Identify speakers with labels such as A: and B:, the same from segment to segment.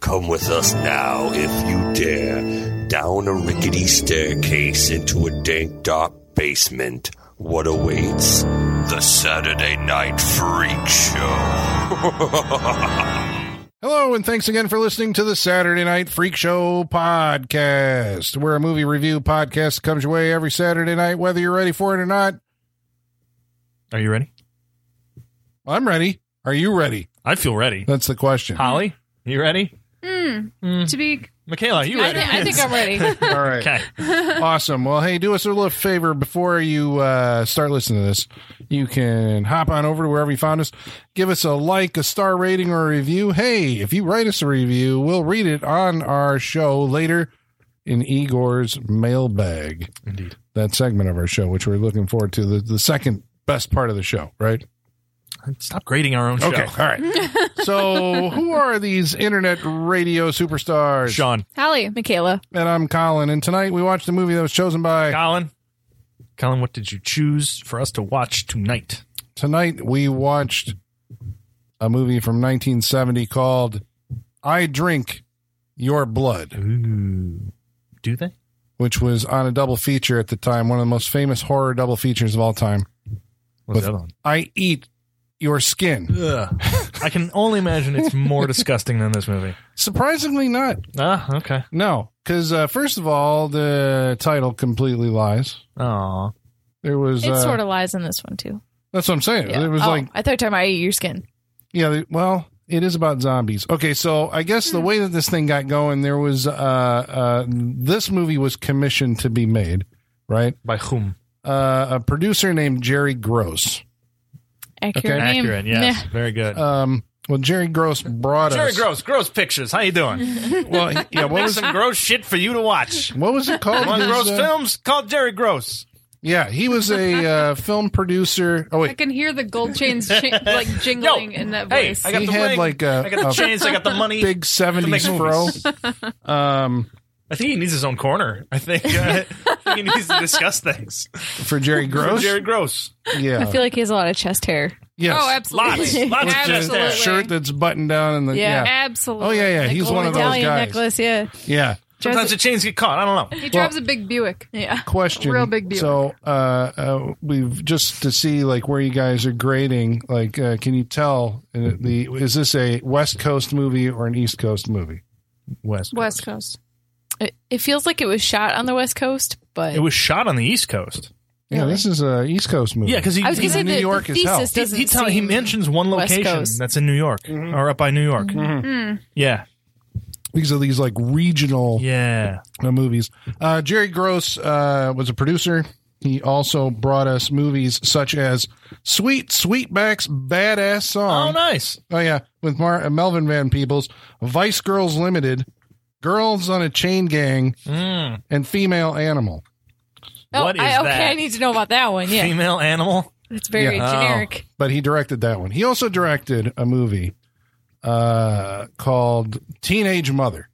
A: Come with us now, if you dare, down a rickety staircase into a dank, dark basement. What awaits? The Saturday Night Freak Show.
B: Hello, and thanks again for listening to the Saturday Night Freak Show podcast. We're a movie review podcast that comes your way every Saturday night, whether you're ready for it or not.
C: Are you ready?
B: I'm ready. Are you ready?
C: I feel ready.
B: That's the question. All
C: Holly, you ready?
D: to be.
C: Michaela, you
D: I,
C: ready?
D: thi- I think I'm ready.
B: right.
C: Okay.
B: Awesome. Well, hey, do us a little favor before you uh, start listening to this. You can hop on over to wherever you found us, give us a like, a star rating, or a review. Hey, if you write us a review, we'll read it on our show later in Igor's mailbag.
C: Indeed.
B: That segment of our show, which we're looking forward to, the, the second best part of the show, right?
C: Stop grading our own
B: Okay.
C: show.
B: All right. so, who are these internet radio superstars?
C: Sean,
D: Hallie, Michaela.
B: And I'm Colin. And tonight we watched a movie that was chosen by.
C: Colin, Colin, what did you choose for us to watch tonight?
B: tonight we watched a movie from 1970 called I Drink Your Blood,
C: Ooh, do they?
B: which was on a double feature at the time, one of the most famous horror double features of all time.
C: What's
B: With-
C: that on?
B: I Eat Your Skin.
C: Ugh. I can only imagine it's more disgusting than this movie.
B: Surprisingly, not.
C: Ah, okay.
B: No, because uh, first of all, the title completely lies.
C: Oh,
B: There was.
D: It
B: uh,
D: sort of lies in this one too.
B: that's what I'm saying.
D: Yeah.
B: It was
D: Oh,
B: like,
D: I thought you were talking about I eat your skin.
B: yeah, they- well. It is about zombies. Okay, so I guess the way that this thing got going, there was uh, uh, this movie was commissioned to be made, right?
C: by whom?
B: uh, a producer named Jerry Gross.
D: Accurate
B: Okay.
D: name.
C: Accurate. Yes. Very good.
B: Um, well, Jerry Gross brought
C: Jerry
B: us.
C: Gross, Gross Pictures. How you doing?
B: Well, he- yeah. What
C: Make
B: was
C: some gross shit for you to watch.
B: what was it called?
C: One
B: His,
C: Gross
B: uh,
C: Films called Jerry Gross.
B: Yeah, he was a uh, film producer. Oh
E: I
B: wait,
E: can hear the gold chains ch- like jingling
C: Yo,
E: in that
C: hey,
E: voice.
C: I got
B: he
C: the
B: had
C: ring.
B: like a,
C: I got the
B: a
C: chains. I got the money.
B: big seventies fro.
C: movies.
B: Um,
C: I think he needs his own corner. I think, uh, I think he needs to discuss things.
B: for Jerry Gross.
C: Jerry Gross.
B: yeah.
D: I feel like he has a lot of chest hair.
B: yes.
E: Oh, absolutely.
C: Lots, lots of just
E: absolutely.
C: that.
B: Shirt that's buttoned down and the
D: Yeah.
B: yeah.
E: Absolutely.
B: Oh yeah, yeah.
E: Like,
B: He's one of those
D: Medallion
B: guys.
D: necklace. Yeah.
B: Yeah.
C: Sometimes the chains get caught. I don't know.
E: he drives a big Buick.
D: Yeah.
B: Question.
E: Real big deal.
B: So, uh, uh, we've just to see like where you guys are grading. Like, uh, can you tell uh, the is this a West Coast movie or an East Coast movie?
C: West.
E: West Coast.
D: It, it feels like it was shot on the West Coast, but
C: It was shot on the East Coast.
B: Yeah,
D: Really?
B: this is a East Coast movie.
C: Yeah, because he,
D: I was
C: he,
D: going to say
B: New
D: the,
B: York
D: the
B: is hell.
D: thesis
C: he,
D: doesn't
C: he tell- he
D: seem-
C: mentions one
D: West
C: location
D: Coast. Hmm.
C: that's in New York or up by New York. Mm-hmm. Yeah.
B: these are these like regional
C: Yeah.
B: uh, movies. Uh, Jerry Gross uh, was a producer. He also brought us movies such as Sweet Sweetback's Badass Song.
C: Oh, nice.
B: Oh yeah, with Mar- uh, Melvin Van Peebles, Vice Girls Limited, Girls on a Chain Gang,
C: Mm.
B: and Female Animal.
D: Oh,
C: What is
D: I, okay,
C: that?
D: I need to know about that one. Yeah,
C: Female animal.
D: it's very
C: Yeah. Oh.
D: generic.
B: But he directed that one. He also directed a movie uh, called Teenage Mother.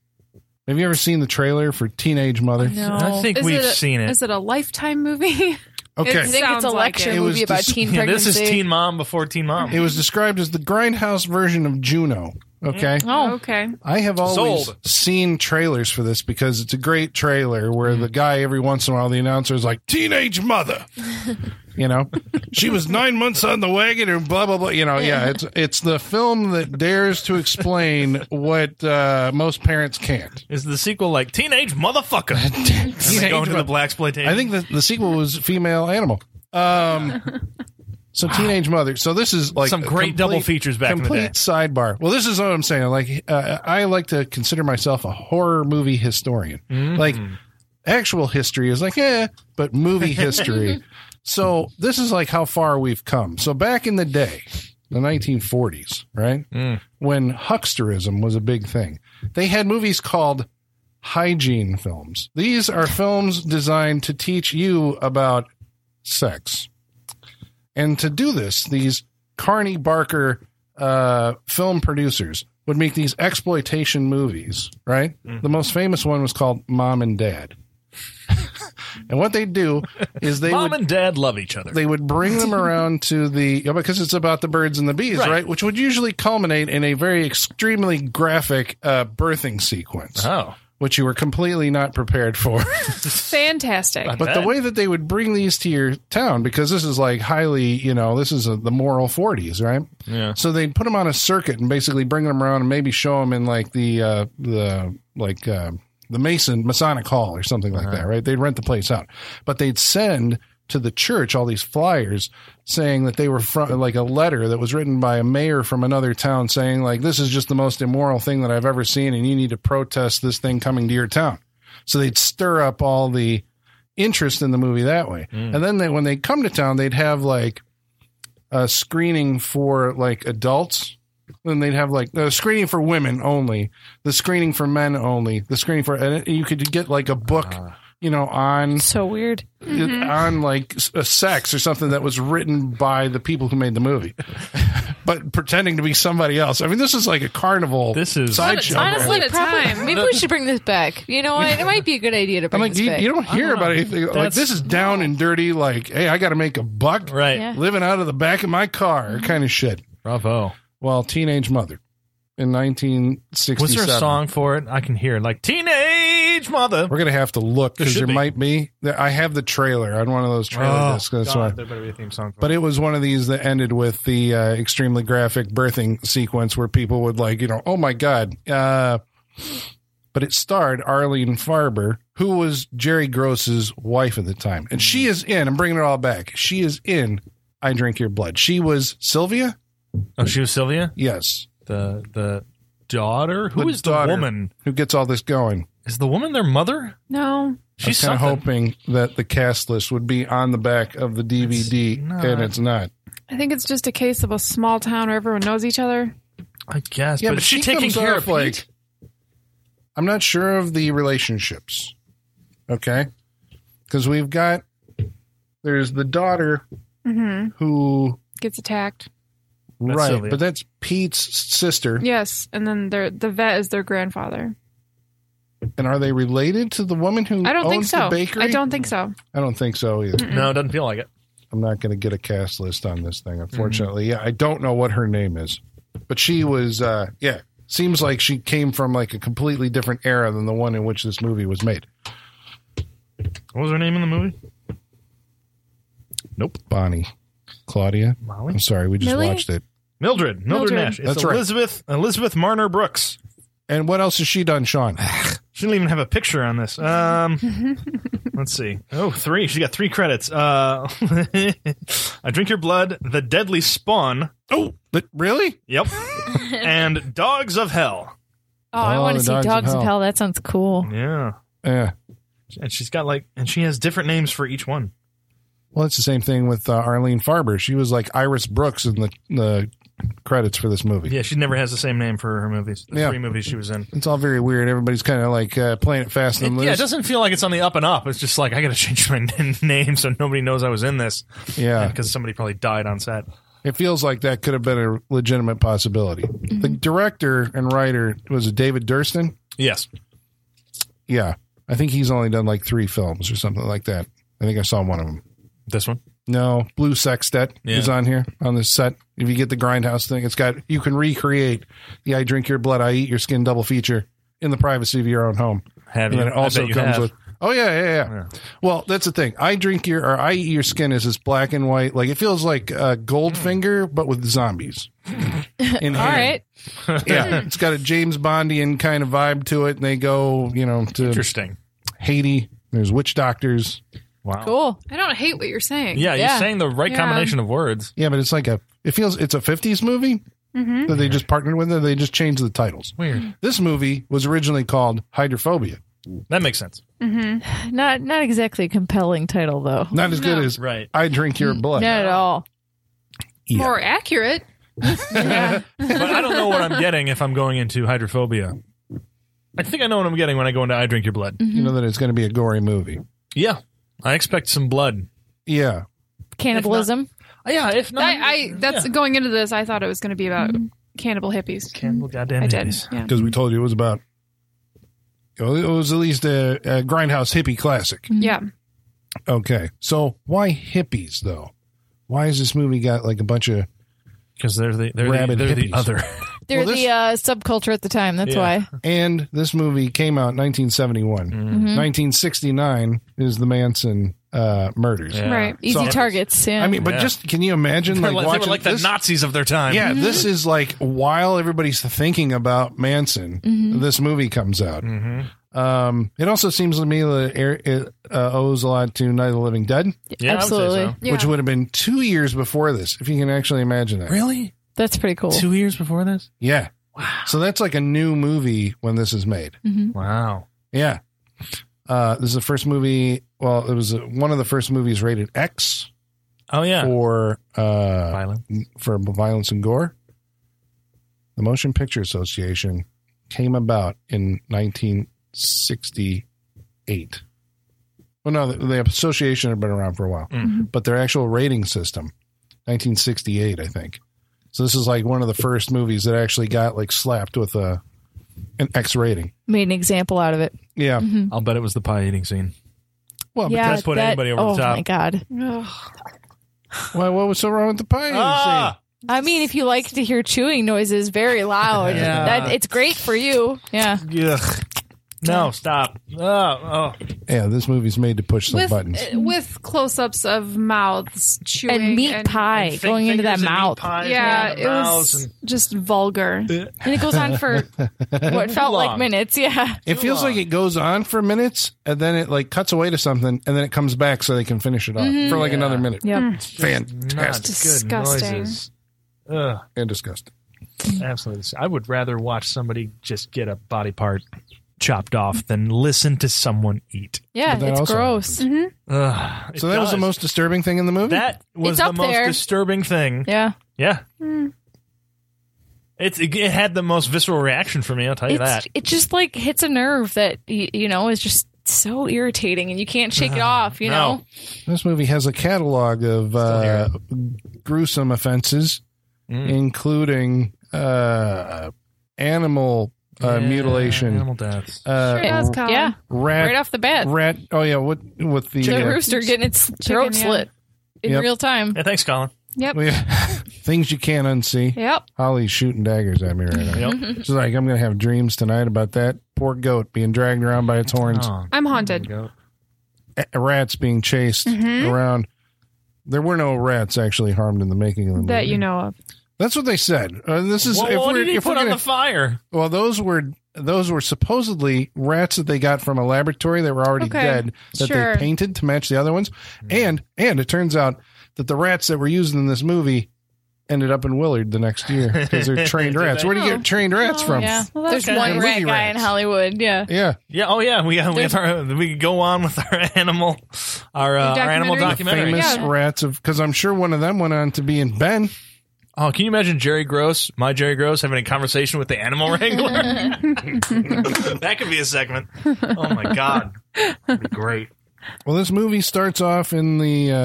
B: Have you ever seen the trailer for Teenage Mother?
D: No,
C: I think
E: Is
C: we've
E: it a-
C: seen it.
E: Is it a lifetime movie?
B: Okay,
D: I think it's
E: Sounds
D: a
E: like
D: lecture
E: it.
B: It was
D: movie about
B: dis-
D: teen
C: Yeah,
D: pregnancy.
C: this is Teen Mom before Teen Mom.
B: it was described as the grindhouse version of Juno. Okay,
D: Oh,
E: Okay.
B: I have always
C: Sold.
B: seen trailers for this because it's a great trailer where the guy every once in a while the announcer is like teenage mother, you know, she was nine months on the wagon and blah blah blah. You know, yeah, it's it's the film that dares to explain what uh, most parents can't.
C: Is the sequel like Teenage Motherfucker?
B: Teenage
C: going to
B: Mother-
C: the black exploitation.
B: I think the, the sequel was Female Animal. Um, so Teenage Mother. So this is like
C: Some
B: a
C: great
B: complete-
C: double features back in the
B: complete
C: day.
B: sidebar. Well, this is what I'm saying. Like uh, I like to consider myself a horror movie historian.
C: Mm.
B: Like actual history is like eh, but movie history. so this is like how far we've come. So back in the day, the 1940s, right
C: Mm.
B: when hucksterism was a big thing, they had movies called hygiene films. These are films designed to teach you about sex. And to do this, these Carney Barker uh, film producers would make these exploitation movies, right? The most famous one was called Mom and Dad. And what they do is they
C: Mom
B: would
C: and dad love each other.
B: they would bring them around to the yeah, because it's about the birds and the bees,
C: Right.
B: right? Which would usually culminate in a very extremely graphic uh, birthing sequence,
C: oh.
B: which you were completely not prepared for.
E: Fantastic.
C: I
B: But the
C: bet.
B: way that they would bring these to your town, because this is like highly, you know, this is a, the moral 40s, right?
C: Yeah.
B: So they'd put them on a circuit and basically bring them around and maybe show them in like the, uh, the, like, uh, the Mason Masonic Hall or something like that, right? They'd rent the place out, but they'd send to the church all these flyers saying that they were from like a letter that was written by a mayor from another town saying like this is just the most immoral thing that I've ever seen and you need to protest this thing coming to your town. So they'd stir up all the interest in the movie that way.
C: Mm.
B: And then they, when they come to town, they'd have like a screening for like adults. Then they'd have like a screening for women only, the screening for men only, the screening for, and you could get like a book,
C: Ah.
B: you know, on
D: So weird.
B: on like s- a sex or something that was written by the people who made the movie, but pretending to be somebody else. I mean, this is like a carnival.
C: This is-
B: sideshow.
D: Honestly,
E: One at a
D: probably.
E: time.
D: Maybe we should bring this back. You know what? It might be a good idea to
B: I'm
D: bring
B: like,
D: this
B: you,
D: back.
B: you don't hear about anything. Like,
C: That's-
B: this is down and dirty. Like, hey, I got to make a buck.
C: Right.
D: Yeah.
B: Living out of the back of my car, kind of shit.
C: Bravo.
B: Well, teenage mother in 1967.
C: Was there a song for it? I can hear it. Like Teenage Mother.
B: We're gonna have to look
C: There
B: because
C: should
B: there
C: be.
B: might be. There- I have the trailer on one of those trailer
C: Oh,
B: discs. That's why.
F: God, there better be a theme song. For
B: But it was one of these that ended with the uh, extremely graphic birthing sequence where people would like, you know, oh my god. Uh, but it starred Arlene Farber, who was Jerry Gross's wife at the time, and she is in. I'm bringing it all back. She is in. I drink your blood. She was Sylvia.
C: Oh, she was Sylvia,
B: Yes,
C: the the daughter. Who is
B: The
C: the
B: daughter.
C: woman?
B: who gets all this going?
C: Is the woman their mother?
E: no.
C: She's
B: I was
C: something.
B: kind of hoping that the cast list would be on the back of the DVD,
C: not.
B: and it's not.
E: I think it's just a case of a small town where everyone knows each other.
C: I guess, but, is she, taking
B: comes
C: care
B: off
C: of Pete?
B: I'm not sure of the relationships. Okay, because we've got there's the daughter
E: Mm-hmm.
B: who
E: Gets attacked.
C: That's
B: right,
C: Sylvia.
B: but that's Pete's sister.
E: Yes, and then their the vet is their grandfather.
B: And are they related to the woman who
E: I don't
B: owns
E: think so.
B: the bakery?
E: I don't think so.
B: I don't think so either.
C: No, it doesn't feel like it.
B: I'm not going to get a cast list on this
C: Mm-hmm.
B: thing, unfortunately. Yeah, I don't know what her name is, but she was. Uh, yeah, seems like she came from like a completely different era than the one in which this movie was made.
C: What was her name in the movie?
B: Nope, Bonnie, Claudia.
C: Molly,
B: I'm sorry, we just
D: Millie?
B: watched it.
C: Mildred, Mildred,
E: Mildred.
C: Nash. It's
B: That's right.
C: Elizabeth Elizabeth Marner Brooks.
B: And what else has she done, Sean?
C: She didn't even have a picture on this. Um, let's see. Oh, three. She got three credits. Uh, I drink your blood. The Deadly Spawn.
B: oh, but really?
C: Yep. and Dogs of Hell.
D: Oh, I
B: Oh,
D: want
B: the
D: to see
B: Dogs
D: Dogs
B: of
D: of
B: Hell.
D: Hell. That sounds cool.
C: Yeah.
B: Yeah.
C: And she's got like, and she has different names for each one.
B: Well, it's the same thing with uh, Arlene Farber. She was like Iris Brooks in the the credits for this movie.
C: Yeah, she never has the same name for her movies. The
B: Yeah.
C: three movies she was in.
B: It's all very weird. Everybody's kind of like uh, playing it fast and
C: It- yeah, it
B: loose.
C: doesn't feel like it's on the up and up. It's just like I got to change my n- name so nobody knows I was in this
B: yeah.
C: because somebody probably died on set.
B: It feels like that could have been a legitimate possibility. The director and writer was it David Durston.
C: Yes,
B: Yeah, I think he's only done like three films or something like that. I think I saw one of them.
C: this one.
B: No, Blue Sextet
C: Yeah.
B: is on here on this set. If you get the Grindhouse thing, it's got you can recreate the "I drink your blood, I eat your skin" double feature in the privacy of your own home,
C: Have
B: and
C: you?
B: then it also comes with. Oh yeah, yeah, yeah, Well, that's the thing. I drink your or I eat your skin is this black and white, like it feels like uh, Goldfinger, but with zombies. In
D: All right.
B: yeah, it's got a James Bondian kind of vibe to it. And they go, you know, to
C: Interesting.
B: Haiti. There's witch doctors.
C: Wow.
D: Cool.
E: I don't hate what you're saying.
C: Yeah,
D: Yeah.
C: you're saying the right
E: Yeah.
C: combination of words.
B: Yeah, but it's like a. It feels it's a '50s movie
E: Mm-hmm.
B: that they just partnered with. Or they just changed the titles.
C: Weird.
B: This movie was originally called Hydrophobia.
C: That makes sense.
E: Mm-hmm.
D: Not not exactly a compelling title though.
B: Not as good
E: No.
B: as
C: Right.
B: I drink your blood.
D: Not at all.
B: Yeah.
E: More accurate.
C: But I don't know what I'm getting if I'm going into hydrophobia. I think I know what I'm getting when I go into I drink your blood.
B: You know that it's going to be a gory movie.
C: Yeah. I expect some blood.
B: Yeah,
D: Cannibalism.
C: Yeah, if not
E: I, I that's
C: yeah. Mm-hmm.
E: going into this. I thought it was going to be about cannibal hippies.
C: cannibal goddamn
E: I did.
C: hippies.
E: Yeah.
B: because we told you it was oh, about. It was at least a, a grindhouse hippie classic.
E: Yeah.
B: Okay. So why hippies though? Why has this movie got like a bunch of
F: because they're the they're, the,
B: Rabid
F: they're the
B: hippies.
F: other.
D: They're
B: Well,
D: the uh, subculture at the time. That's
C: Yeah.
D: why.
B: and this movie came out in 1971. 1969 is the Manson uh, murders.
F: Yeah.
E: Right.
D: Easy
B: So-
D: targets. Yeah.
B: I mean, but
F: Yeah.
B: just can you imagine
F: They're like,
B: like
F: they were
B: watching
F: like the
B: this?
F: Nazis of their time.
B: yeah, this is like while everybody's thinking about Manson, this movie comes out.
E: Mm-hmm.
F: Mhm.
B: Um, it also seems to me that it it, uh, owes a lot to Night of the Living Dead,
F: Yeah, I would say
D: absolutely.
F: so.
E: Yeah.
B: which would have been two years before this, if you can actually imagine that.
F: Really?
D: That's pretty cool.
F: Two years before this?
B: Yeah. Wow. So that's like a new movie when this is made.
D: Mm-hmm.
F: Wow.
B: Yeah. Uh, this is the first movie. Well, it was uh, one of the first movies rated X
F: Oh yeah.
B: for uh,
F: Violent.
E: Mm-hmm.
B: for violence and gore. The Motion Picture Association came about in 1968. Well, no, the, the association had been around for a while,
F: Mm.
B: but their actual rating system, 1968, I think. So this is like one of the first movies that actually got like slapped with a an X rating.
D: Made an example out of it.
B: Yeah.
C: Mm-hmm.
F: I'll bet it was the pie eating scene.
B: Well,
D: yeah,
F: because put anybody over the
D: oh
F: top.
D: my god!
B: Why? What was so wrong with the pie?
F: Ah!
D: I mean, if you like to hear chewing noises very loud,
F: Yeah.
D: that it's great for you. Yeah,
C: Ugh. No, stop. Oh, oh.
B: Yeah, this movie's made to push some
E: With,
B: buttons.
E: uh, with close ups of mouths chewing.
D: and meat pie
C: Fing-
D: going into that
C: fingers and meat
D: mouth,
C: pies
E: Yeah,
C: and
E: it
C: mouths
E: was
C: and-
E: just vulgar.
D: and it goes on for what felt
C: long.
D: like minutes. Yeah,
B: it feels like it goes on for minutes and then it like cuts away to something and then it comes back so they can finish it off for like another minute.
D: Mm-hmm. yeah. Mm.
B: Fantastic
E: Disgusting.
C: Ugh,
B: and disgusting.
C: absolutely. dis- I would rather watch somebody just get a body part chopped off than listen to someone eat.
D: Yeah,
B: But that
D: it's
B: also-
D: gross.
C: Ugh, it
B: So that was the
C: does.
B: most disturbing thing in the movie.
C: That was
D: It's
C: the
D: up
C: most
D: there.
C: disturbing thing.
D: Yeah, Hmm.
C: Yeah. It's it, it had the most visceral reaction for me. I'll tell you
D: it's
C: that.
D: it just like hits a nerve that y- you know is just so irritating, and you can't shake it
B: Uh-huh.
D: off. You
C: no.
D: know,
B: this movie has a catalog of uh, gruesome offenses,
C: Mm.
B: including uh, animal uh,
C: Yeah,
B: mutilation,
C: animal deaths.
B: uh,
E: Sure does, Colin.
D: yeah,
B: rat,
D: right off the bat,
B: rat. Oh Uh, yeah, what with the
D: the
B: uh,
D: rooster getting its throat
E: yeah.
D: slit in
B: Yep.
D: real time.
C: yeah, thanks, Colin.
B: things you can't unsee?
E: Yep.
B: Holly's shooting daggers at me right now.
C: Yep.
B: She's like, I'm going to have dreams tonight about that poor goat being dragged around by its horns,
C: Oh,
E: I'm haunted.
C: go.
B: a- rats being chased
E: Mm-hmm.
B: around. There were no rats actually harmed in the making
C: Oh
B: of the movie.
E: That you know of.
B: That's what they said. Uh, this is
C: Well,
B: if
C: what
B: we're,
C: did he
B: if we're
C: put on
B: gonna,
C: the fire?
B: well, those were those were supposedly rats that they got from a laboratory that were already
E: Okay,
B: dead that
E: sure.
B: they painted to match the other ones, and and it turns out that the rats that were used in this movie ended up in Willard the next year because they're trained
C: Did
B: rats.
C: they?
B: Where do you get trained
E: Oh,
B: rats from?
D: Yeah,
E: Well, that's
D: there's one
B: good.
D: rat
B: Movie
D: guy in
B: rats.
D: Hollywood. Yeah,
B: Yeah.
C: Yeah. Oh, yeah. We we have our we could go on with our animal our, uh, our animal documentary.
E: documentary?
B: famous
E: Yeah.
B: rats of because I'm sure one of them went on to be in Ben.
C: Oh, can you imagine Jerry Gross, my Jerry Gross, having a conversation with the animal wrangler? that could be a segment. Oh my god, That'd be great.
B: Well, this movie starts off in the uh,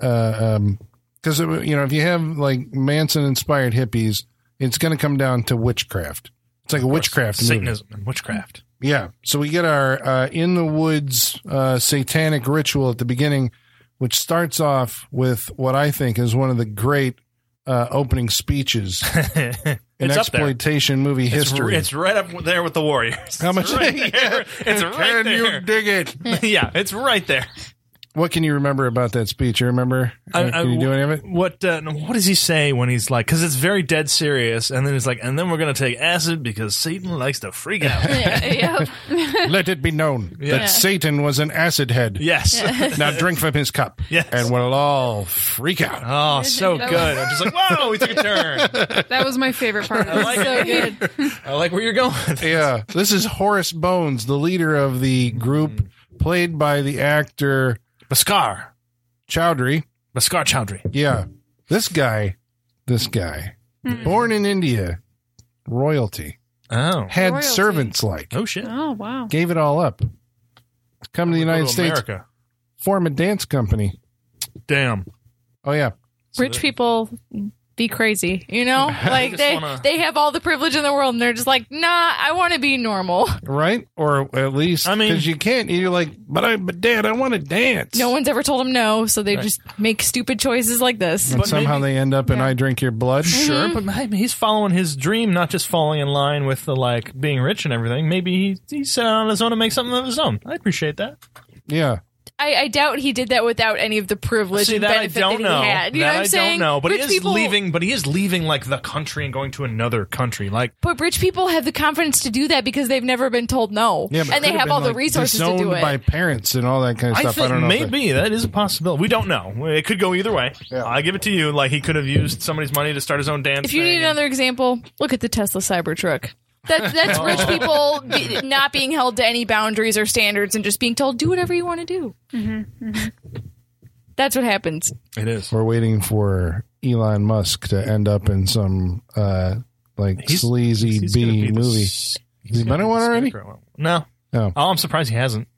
B: uh, um 'cause because you know if you have like Manson inspired hippies, it's going to come down to witchcraft. It's like a witchcraft movie.
C: Satanism, and witchcraft.
B: Yeah. So we get our uh, in the woods uh, satanic ritual at the beginning, which starts off with what I think is one of the great uh, opening speeches in
C: It's up there.
B: exploitation movie
C: It's,
B: history.
C: it's right up there with the Warriors.
B: How much?
C: It's right there. It's right
B: Can
C: there.
B: you dig it?
C: yeah, it's right there.
B: What can you remember about that speech? You remember?
C: I-
B: Uh,
C: I-
B: can you do any of it?
C: What uh, no, what does he say when he's like? Because it's very dead serious, and then he's like, and then we're gonna take acid because Satan likes to freak out.
D: yeah.
B: Let it be known
C: Yeah.
B: that Satan was an acid head.
C: yes.
B: Now drink from his cup,
C: Yes.
B: and we'll all freak out.
C: Oh, so
E: That
C: good.
E: was-
C: I'm just like, whoa, we took a turn.
E: That was my favorite part of
C: I
E: it.
C: like
E: so
C: it.
E: good.
C: I like where you're going.
B: Yeah, this is Horace Bones, the leader of the group, played by the actor
C: Bhaskar.
B: Chowdhury.
C: Bhaskar Chowdhury.
B: Yeah, this guy, this guy,
C: Hmm.
B: born in India, royalty,
C: Oh.
B: had
E: Royalty.
B: servants like,
C: Oh, shit.
E: Oh wow.
B: gave it all up, come to the United
C: Go to
B: States,
C: America.
B: form a dance company.
C: Damn.
B: Oh yeah,
D: Rich people be crazy, you know? Like
C: just
D: they
C: wanna-
D: they have all the privilege in the world and they're just like, "Nah, I want to be normal."
B: right? Or at least,
C: I mean-
B: because you can't. You're like, but I, but Dad, I want to dance.
D: No one's ever told them no, so they just make stupid choices like this.
B: and somehow they end up in I drink your blood.
C: Sure, but maybe he's following his dream, not just falling in line with the like being rich and everything. Maybe he, he set out on his own and make something of his own. I appreciate that.
B: Yeah.
D: I, I doubt he did that without any of the privilege
C: See
D: and
C: that I
D: benefit
C: don't
D: that
C: know.
D: he had. You
C: that
D: know what I'm
C: I don't
D: saying?
C: know. But he
D: Rich
C: is
D: people-
C: leaving. But he is leaving like the country and going to another country. Like
D: But rich people have the confidence to do that because they've never been told no,
B: Yeah, but it
D: and they
B: could've
D: have
B: been,
D: all the
B: like,
D: resources to do
B: disowned
D: it.
B: by parents and all that kind of
C: I
B: stuff.
C: think
B: I don't know. if
C: maybe that is a possibility. We don't know. It could go either way.
B: Yeah.
C: I give it to you. Like he could have used somebody's money to start his own dance.
D: If you
C: thing
D: need
C: and-
D: another example, look at the Tesla Cybertruck. That, that's rich people be, not being held to any boundaries or standards and just being told, do whatever you want to do. That's what happens.
C: it is.
B: they- we're waiting for Elon Musk to end up in some uh, like
C: He's-
B: sleazy
C: He's gonna
B: B
C: be the
B: movie.
C: s- he's
B: he
C: gonna
B: been in
C: be
B: one
C: the
B: already?
C: scarecrow. No.
B: Oh.
C: Oh, I'm surprised he hasn't.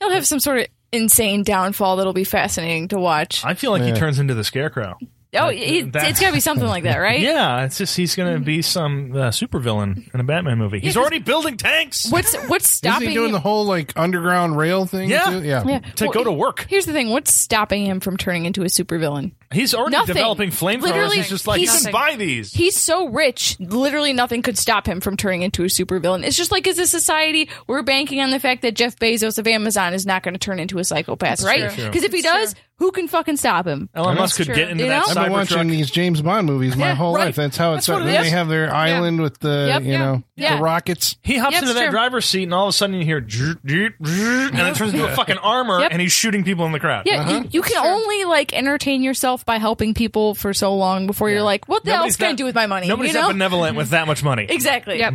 D: He'll have some sort of insane downfall that'll be fascinating to watch.
C: I feel like he
B: Yeah.
C: turns into the scarecrow.
D: oh, it,
C: that-
D: it's got to be something like that, right?
C: Yeah, it's just he's going to be some uh, supervillain in a Batman movie. He's
D: 'cause-
C: already building tanks
D: What's what's
B: Is
D: stopping
B: he doing the whole like underground rail thing?
C: Yeah.
B: too? yeah.
D: Yeah.
C: to
D: Well,
C: go to work.
D: Here's the thing. What's stopping him from turning into a supervillain?
C: He's already
D: Nothing.
C: developing flamethrowers.
D: Literally,
C: He's just like, you
D: he's-
C: can buy these.
D: He's so rich, literally nothing could stop him from turning into a supervillain. It's just like as a society, we're banking on the fact that Jeff Bezos of Amazon is not going to turn into a psychopath, right?
C: true.
D: Because if he does, who can fucking stop him?
C: Elon Musk could
E: true.
C: get into
D: You
C: that
D: know?
B: I've been watching
C: Cybertruck.
B: these James Bond movies my
D: Yeah,
B: whole
D: right.
B: life. That's how it's.
C: That's what it
B: they
C: is.
B: have their island with the
D: Yep,
B: you
D: yeah.
B: know
D: Yeah.
B: the rockets.
C: He hops
D: Yeah,
C: into
D: it's
C: that
D: true.
C: driver's seat, and all of a sudden you hear, "Zzzz, zzzz, zzzz," and it turns into a fucking armor,
D: Yep.
C: and he's shooting people in the crowd.
D: Yeah, you, you can only like entertain yourself by helping people for so long before you're like, what the
C: Nobody's
D: else can I
C: that-
D: do with my money?
C: Nobody's
D: you
C: that
D: know?
C: benevolent with that much money.
D: exactly.
E: Yep.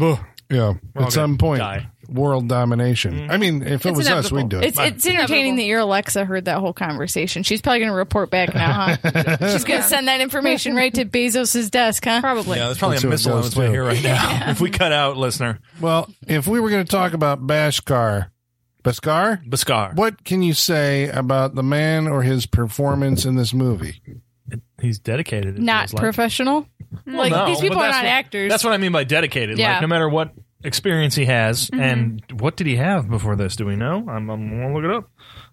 B: Yeah,
C: gonna
B: at some point,
C: die. Mm-hmm.
B: world domination. I mean, if it
E: It's
B: was us,
E: inevitable.
B: we'd do it.
D: It's, it's entertaining that your Alexa heard that whole conversation. She's probably going to report back now, huh? She's going to send that information right to Bezos' desk, huh?
E: Probably.
C: Yeah, there's probably
B: That's
C: a
B: what it
C: missile on
B: goes
C: its way
B: to.
C: here right now. if we cut out, listener,
B: well, if we were going to talk about Bashkar, Bashkar,
C: Bhaskar.
B: what can you say about the man or his performance in this movie?
C: He's dedicated. it
D: not
C: feels like.
D: professional. like
C: No,
D: these people
C: but
D: are
C: that's
D: not
C: what-
D: actors.
C: That's what I mean by dedicated.
D: Yeah. Mm-hmm.
C: Like no matter what experience he has, and what did he have before this? Do we know? I'm, I'm gonna look it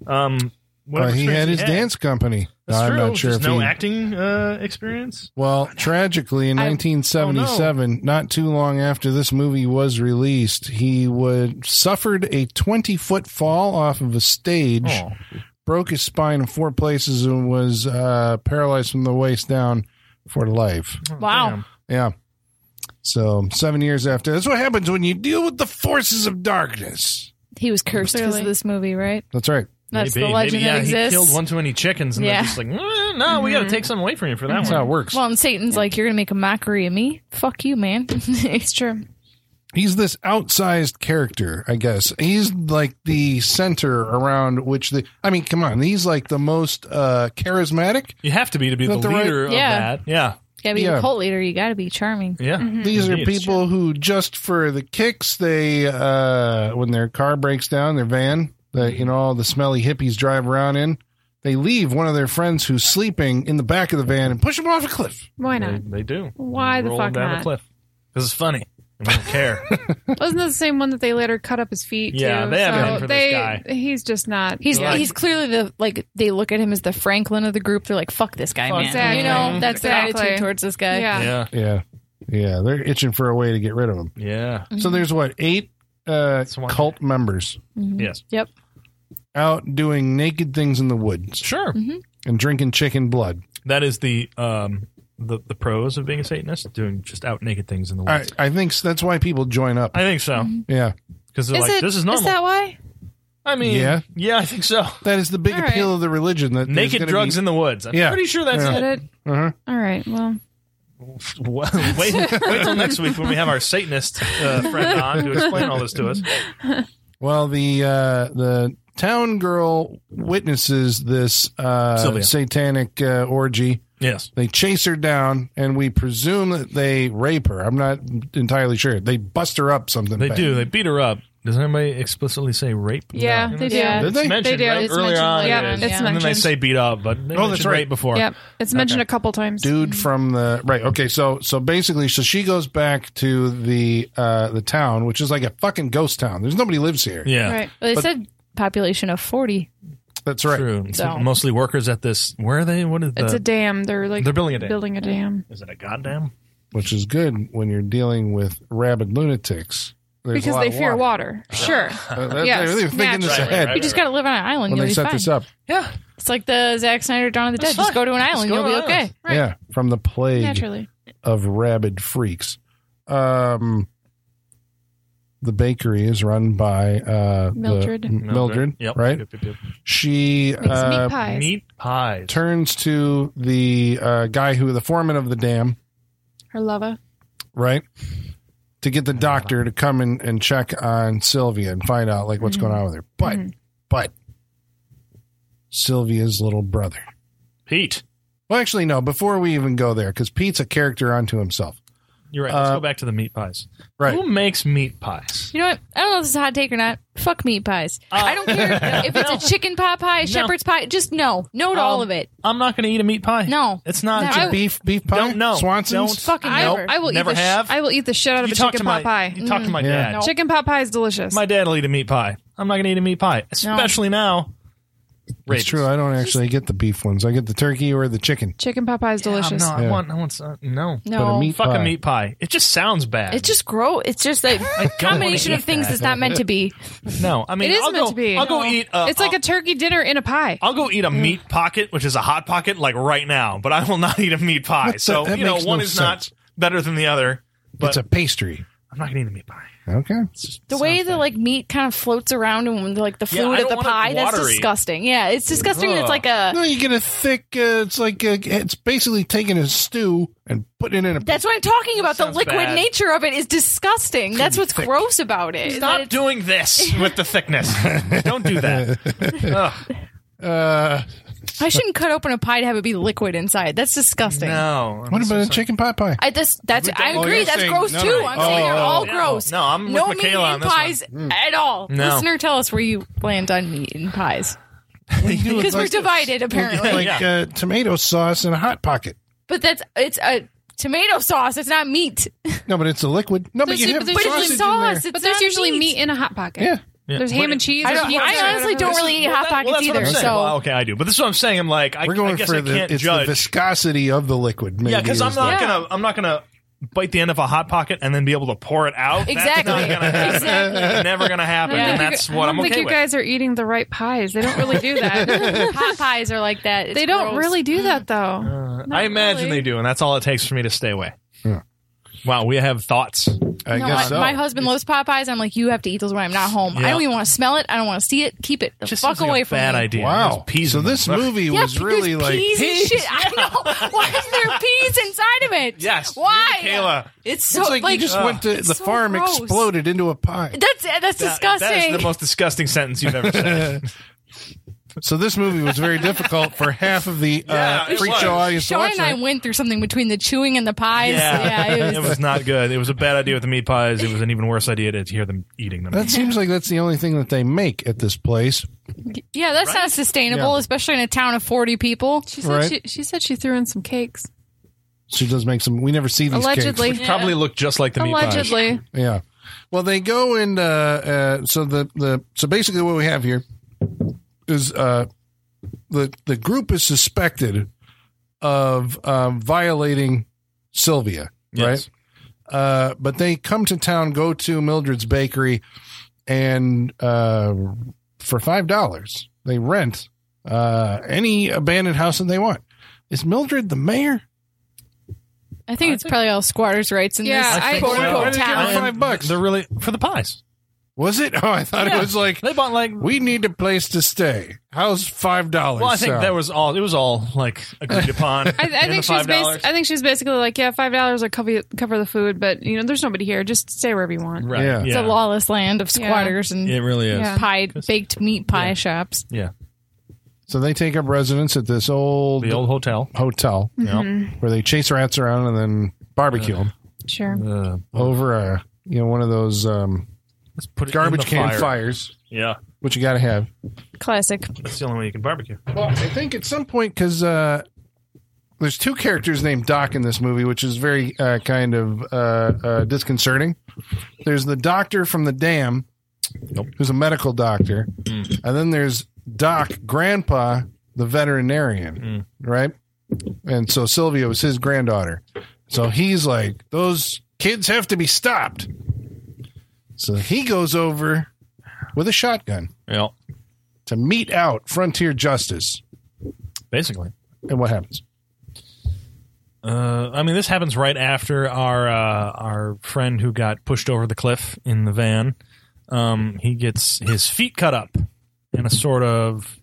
C: up. Um, what
B: Uh, he
C: experience
B: had his dance company.
C: That's
B: I'm
C: true.
B: not sure
C: Just
B: if
C: no
B: he.
C: acting uh, experience.
B: well, tragically, in
D: I-
B: 1977, not too long after this movie was released, he would suffered a 20 foot fall off of a stage.
C: Oh,
B: broke his spine in four places and was uh, paralyzed from the waist down for life.
E: Mm-hmm.
D: wow.
C: damn.
B: Yeah. So seven years after, that's what happens when you deal with the forces of darkness.
D: He was cursed because of
E: Clearly.
D: this movie, right?
B: That's right.
D: That's
C: Maybe.
D: the legend
C: Maybe, yeah,
D: that
C: He
D: exists.
C: killed one too many chickens, and
D: Yeah.
C: they're just like, "Mm, no, we got
E: Mm-hmm.
C: to take some away from you for that
B: That's
C: one.
B: how it works.
D: Well, and Satan's like, you're going to make a mockery of me? Fuck you, man.
E: It's true.
B: He's this outsized character, I guess. He's like the center around which the. I mean, come on. He's like the most uh, charismatic.
C: You have to be to be the,
B: Not the right-
C: leader of
D: Yeah.
C: that. Yeah,
D: You got to be
B: Yeah.
D: a cult leader. You got to be charming.
C: yeah.
E: Mm-hmm. Hmm.
B: These are
C: Indeed.
B: people who just for the kicks, they uh when their car breaks down, their van that you know all the smelly hippies drive around in, they leave one of their friends who's sleeping in the back of the van and push him off a cliff.
E: Why
C: They,
E: not?
C: they do.
E: Why the
C: Roll 'em
E: fuck
C: down
E: not?
C: a cliff? Because it's funny. and We don't care.
E: Wasn't that the same one that they later cut up his feet?
C: Yeah,
E: too?
C: they have
E: So
C: a thing for this
E: they-
C: guy.
E: He's just not.
D: He's
C: Right.
D: he's clearly the like they look at him as the Franklin of the group. They're like, "Fuck this guy,
C: Fuck
D: man."
E: Exactly.
D: You know, that's the
E: Exactly.
D: attitude towards this guy.
E: Yeah.
C: yeah,
B: Yeah. Yeah, they're itching for a way to get rid of him.
C: yeah.
B: So
E: Hmm.
B: there's what, eight uh
C: That's one.
B: cult members
E: Mm-hmm.
C: Yes.
D: Yep.
B: out doing naked things in the woods
C: Sure.
E: Mm-hmm.
B: and drinking chicken blood.
C: That is the um the, the pros of being a Satanist, doing just out naked things in the
B: I
C: woods.
B: I think s- that's why people join up.
C: I think so.
B: Yeah.
C: Because they're
E: Mm-hmm. Is
C: like,
E: it-
C: this is normal.
E: that why?
C: I mean,
B: Yeah.
C: yeah. I think so.
B: That is the big
E: All right.
B: appeal of the religion that there's
C: Naked
B: gonna
C: drugs
B: be-
C: in the woods. I'm
B: Yeah.
C: pretty sure that's
E: Is
C: it.
E: it?
B: Uh-huh.
E: All right. Well,
C: Well, wait, wait till next week when we have our Satanist uh, friend on to explain all this to us.
B: Well, the uh, the town girl witnesses this uh,
C: Sylvia.
B: satanic uh, orgy.
C: Yes.
B: They chase her down, and we presume that they rape her. I'm not entirely sure. They bust her up something.
C: They
B: bad.
C: do. They beat her up. Doesn't anybody explicitly say rape?
E: Yeah,
C: No.
E: they do.
D: Yeah.
E: Yeah,
B: Did they?
C: It's mentioned
E: do.
C: right?
E: It's
C: earlier
G: mentioned
C: on.
G: later
C: it
E: on,
C: is.
E: yeah.
C: And then they
E: mentioned.
C: say beat up, but oh,
B: that's
C: that's
B: right.
C: rape before.
E: It's mentioned a couple times.
B: dude from the right okay so so basically so she goes back to the uh the town which is like a fucking ghost town there's nobody lives here
C: Yeah,
E: Right.
D: Well, they said population of 40.
B: that's right
C: true. It's
D: So-
C: Mostly workers at this. Where are they? What is the?
E: It's a dam. They're like
C: they're building a dam.
E: building a dam.
C: Is it a goddamn?
B: which is good when you're dealing with rabid lunatics There's a
E: Because
B: lot
E: they
B: of
E: fear water. Sure.
B: Uh, that-
E: Yes,
B: they're, they're thinking this
C: naturally.
B: ahead
C: Right,
D: You just got to live on an island.
B: when
D: you'll
B: they
D: be
B: set
D: fine.
B: this up
C: Yeah,
D: It's like the Zack Snyder Dawn of the Dead. Just
C: fine.
D: go to an island.
C: go
D: You'll
C: to
D: be
C: an
D: okay.
C: island.
E: Right.
B: yeah from the plague
E: Naturally.
B: of rabid freaks um the bakery is run by uh the-
E: Mildred.
B: M- Mildred
C: Yep.
B: right
C: Yep, yep, yep.
B: she
E: Makes
B: uh,
E: meat pies.
C: Meat pies.
B: turns to the uh, guy who the foreman of the dam,
E: Her lover.
B: right, to get the doctor to come and, and check on Sylvia and find out like
E: Mm-hmm.
B: what's going on with her. But but Sylvia's little brother.
C: Pete.
B: Well, actually, no. Before we even go there, because Pete's a character unto himself.
C: You're right. Let's
B: Uh,
C: go back to the meat pies.
B: right.
C: Who makes meat pies?
D: You know what? I don't know if this is a hot take or not. Fuck meat pies.
C: Uh,
D: I don't care if it's a chicken pot pie, shepherd's pie. Just no. No to
C: Um,
D: all of it.
C: I'm not going to eat a meat pie.
D: No.
C: it's not.
D: No.
C: It's a
D: I-
B: Beef beef pie.
C: Don't know.
B: Swanson's.
C: Don't
E: Fucking
D: I-
E: never.
D: I
E: I
D: will
E: will
C: eat Never
E: eat
C: the
E: the
C: sh- have. I
E: I will eat the shit out of
C: you
E: a
C: talk
E: chicken
C: to
E: pot
C: my
E: pie.
C: you talk to my
B: Mm.
C: dad.
B: Yeah.
E: Chicken pot pie is delicious.
C: My dad'll eat a meat pie. I'm not gonna eat a meat pie, especially now.
B: It's
C: Rabies.
B: true. I don't actually get the beef ones. I get the turkey or the chicken.
E: chicken pot pie is delicious.
C: no, I
B: Yeah.
C: want. I want. some- no.
D: No.
B: But a meat
C: Fuck
B: pie.
C: a meat pie. It just sounds bad.
D: It's just gross. It's just like a
C: wanna
D: combination
C: eat
D: of things
C: that.
D: that's not meant to be.
C: no. I mean,
E: It is
C: I'll
E: meant
C: go,
E: to be.
C: I'll go
E: No.
C: eat. A,
E: it's like a turkey dinner in a Mm. pie.
C: I'll go eat a meat pocket, which is a hot pocket, like right now. But I will not eat a meat pie.
B: the-
C: so
B: that
C: you know,
B: makes
C: one
B: no
C: is
B: sense.
C: not better than the other. But
B: it's a pastry.
C: I'm not gonna eat a meat pie.
B: Okay.
D: The way the like meat kind of floats around and when, like the
C: Yeah, I
D: fluid
C: don't
D: of the
C: want it
D: pie, that's
C: watery.
D: disgusting. Yeah, it's disgusting. It's
C: Ugh.
D: like a.
B: No, you get a thick. Uh, it's like uh it's basically taking a stew and putting it in a
D: That's what I'm talking about. The
C: Sounds
D: liquid
C: bad.
D: nature of it is disgusting. That's what's gross about it.
C: Stop
D: That it's-
C: doing this with the thickness. Don't do that. Ugh,
B: Uh,
D: I shouldn't cut open a pie to have it be liquid inside. That's disgusting.
C: no. I'm
B: what
C: so
B: about a
C: sorry.
B: chicken pot pie?
D: I just that's I
B: Oh,
D: agree.
B: you're
D: That's
B: saying-
D: gross
B: no,
D: too.
B: no.
D: I'm saying they're
B: Oh,
D: all
C: no.
D: gross.
C: No, I'm with
D: no meat
C: Michaela
D: and
C: on this
D: pies at all.
C: No.
D: Listener, tell us where you land on meat and pies because we're divided apparently.
B: Like
C: Yeah.
B: uh, tomato sauce and a hot pocket.
D: But that's it's a tomato sauce. It's not meat.
B: No, but it's a liquid. No, but
E: There's-
B: you have
E: but there's
D: But
B: sausage
D: it's
B: in
D: a sauce.
B: there.
D: It's
E: but there's
D: not
E: usually meat in a hot pocket.
B: Yeah.
C: Yeah.
E: There's
C: What-
E: ham and cheese.
D: I
E: there's
D: don't-
E: meat
D: I
E: pies,
D: honestly
E: whatever.
D: don't really eat hot
C: Well,
D: pockets
C: that's what I'm
D: either.
C: saying.
D: So
C: Well, okay, I do, but this is what I'm saying. I'm like, I,
B: We're going
C: I guess
B: for
C: I
B: the
C: can't
B: it's
C: judge.
B: the viscosity of the liquid. Maybe
C: yeah, because I'm
B: is
C: not
B: the-
D: Yeah.
C: gonna, I'm not gonna bite the end of a hot pocket and then be able to pour it out.
D: exactly,
C: that's not gonna happen.
D: exactly.
C: Never gonna happen,
E: I
C: and
E: don't think-
C: that's what
E: I
C: I'm
E: don't think
C: okay
E: you
C: with.
E: guys are eating the right pies. They don't really do that.
D: Hot pies are like that. It's
E: they don't
D: gross.
E: really do that though.
C: I imagine
E: really.
C: they do, and that's all it takes for me to stay away.
B: Yeah.
C: Wow, we have thoughts.
B: I
D: No,
B: guess
D: my,
B: so.
D: my husband loves Popeyes. I'm like, you have to eat those when I'm not home. I
C: Yeah.
D: don't even want to smell it. I don't want to see it. Keep it the
C: Just
D: fuck
C: seems like
D: away
C: a
D: from
C: bad
D: me.
C: idea.
B: Wow.
C: There's peas
B: so
C: in them.
B: this movie
D: Yeah,
B: was
D: there's
B: really like
D: peas and shit. I know. Why is there peas inside of it?
C: Yes,
D: Why?
C: Michaela.
D: It's so
B: It's
D: like,
B: like, you just went to the
D: so
B: farm
D: gross.
B: exploded into a pie.
D: that's that's
C: That-
D: disgusting.
C: That is the most disgusting sentence you've ever said.
B: So this movie was very difficult for half of the
C: Yeah,
B: uh,
C: it
B: freak
C: was.
B: show audience. to
D: Sean
B: watch
D: and
B: that.
D: I went through something between the chewing and the pies. Yeah, it was,
C: not good. It was a bad idea with the meat pies. It was an even worse idea to hear them eating them.
B: That seems like that's the only thing that they make at this place.
D: yeah that's not sustainable,
B: Yeah.
D: especially in a town of forty people.
E: She said
B: Right.
E: she, she said she threw in some cakes.
B: She does make some. We never see these cakes.
E: Allegedly.
C: probably looked just like the meat pies.
E: Allegedly.
B: Yeah. Well, they go and uh, uh, so the the so basically what we have here is uh, the the group is suspected of um, violating Sylvia,
C: Yes.
B: right? Uh, but they come to town, go to Mildred's bakery, and uh, for five dollars they rent uh, any abandoned house that they want. Is Mildred the mayor?
D: I think it's probably all squatters' rights in
E: Yeah,
D: this
E: I
D: quote
E: think so.
B: Why
D: unquote
B: did you
D: town.
B: give her five bucks?
C: They're really for the pies.
B: Was it? Oh, I thought it was like
C: They bought like.
B: We need a place to stay. How's five dollars?
C: Well, I think that was all. It was all like agreed upon.
E: I, I think she's uh, bas- I think she's basically like, yeah, five dollars will cover cover the food, but you know, there's nobody here. Just stay wherever you want.
C: Right.
B: Yeah.
C: Yeah.
D: It's a lawless land of squatters and
C: It really is.
E: Yeah.
D: pie baked meat pie shops.
C: Yeah.
B: so. They take up residence at this old,
C: The old hotel.
B: hotel
C: Hmm.
B: where they chase rats around and then barbecue them
E: Sure.
C: Yeah. Uh,
B: over a you know one of those um,
C: Let's put it
B: garbage
C: in the
B: can
C: fire.
B: fires,
C: Yeah,
B: which you got to have.
E: Classic.
C: that's the only way you can barbecue.
B: Well, I think at some point because uh, there's two characters named Doc in this movie, which is very uh, kind of uh, uh, disconcerting. There's the doctor from the dam, who's a medical doctor, and then there's Doc Grandpa, the veterinarian, right? And so Sylvia was his granddaughter. So he's like, those kids have to be stopped. So he goes over with a shotgun
C: Yeah,
B: to meet out Frontier Justice.
C: basically.
B: And what happens?
C: Uh, I mean, this happens right after our uh, our friend who got pushed over the cliff in the van. Um, he gets his feet cut up in a sort of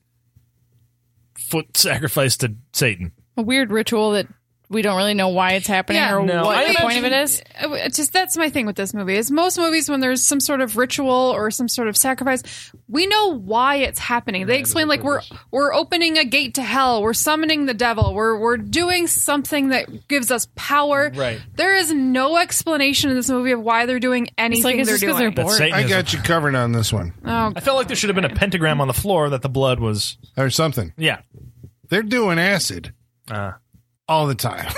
C: foot sacrifice to Satan.
D: A weird ritual that we don't really know why it's happening
E: Yeah,
D: or
E: no,
D: what
E: I
D: the point of it
E: imagine-
D: is.
E: I Uh, w- it's just that's my thing with this movie. Is most movies when there's some sort of ritual or some sort of sacrifice, we know why it's happening. They explain like we're we're opening a gate to hell, we're summoning the devil, we're we're doing something that gives us power.
C: Right.
E: There is no explanation in this movie of why they're doing anything
D: it's
E: they're
D: just 'cause they're
E: doing.
D: bored.
C: That's Satanism.
B: I got you covered on this one
E: oh,
C: I felt like there should have been a pentagram on the floor that the blood was.
B: or something.
C: Yeah.
B: They're doing acid
C: Uh,
B: all the time.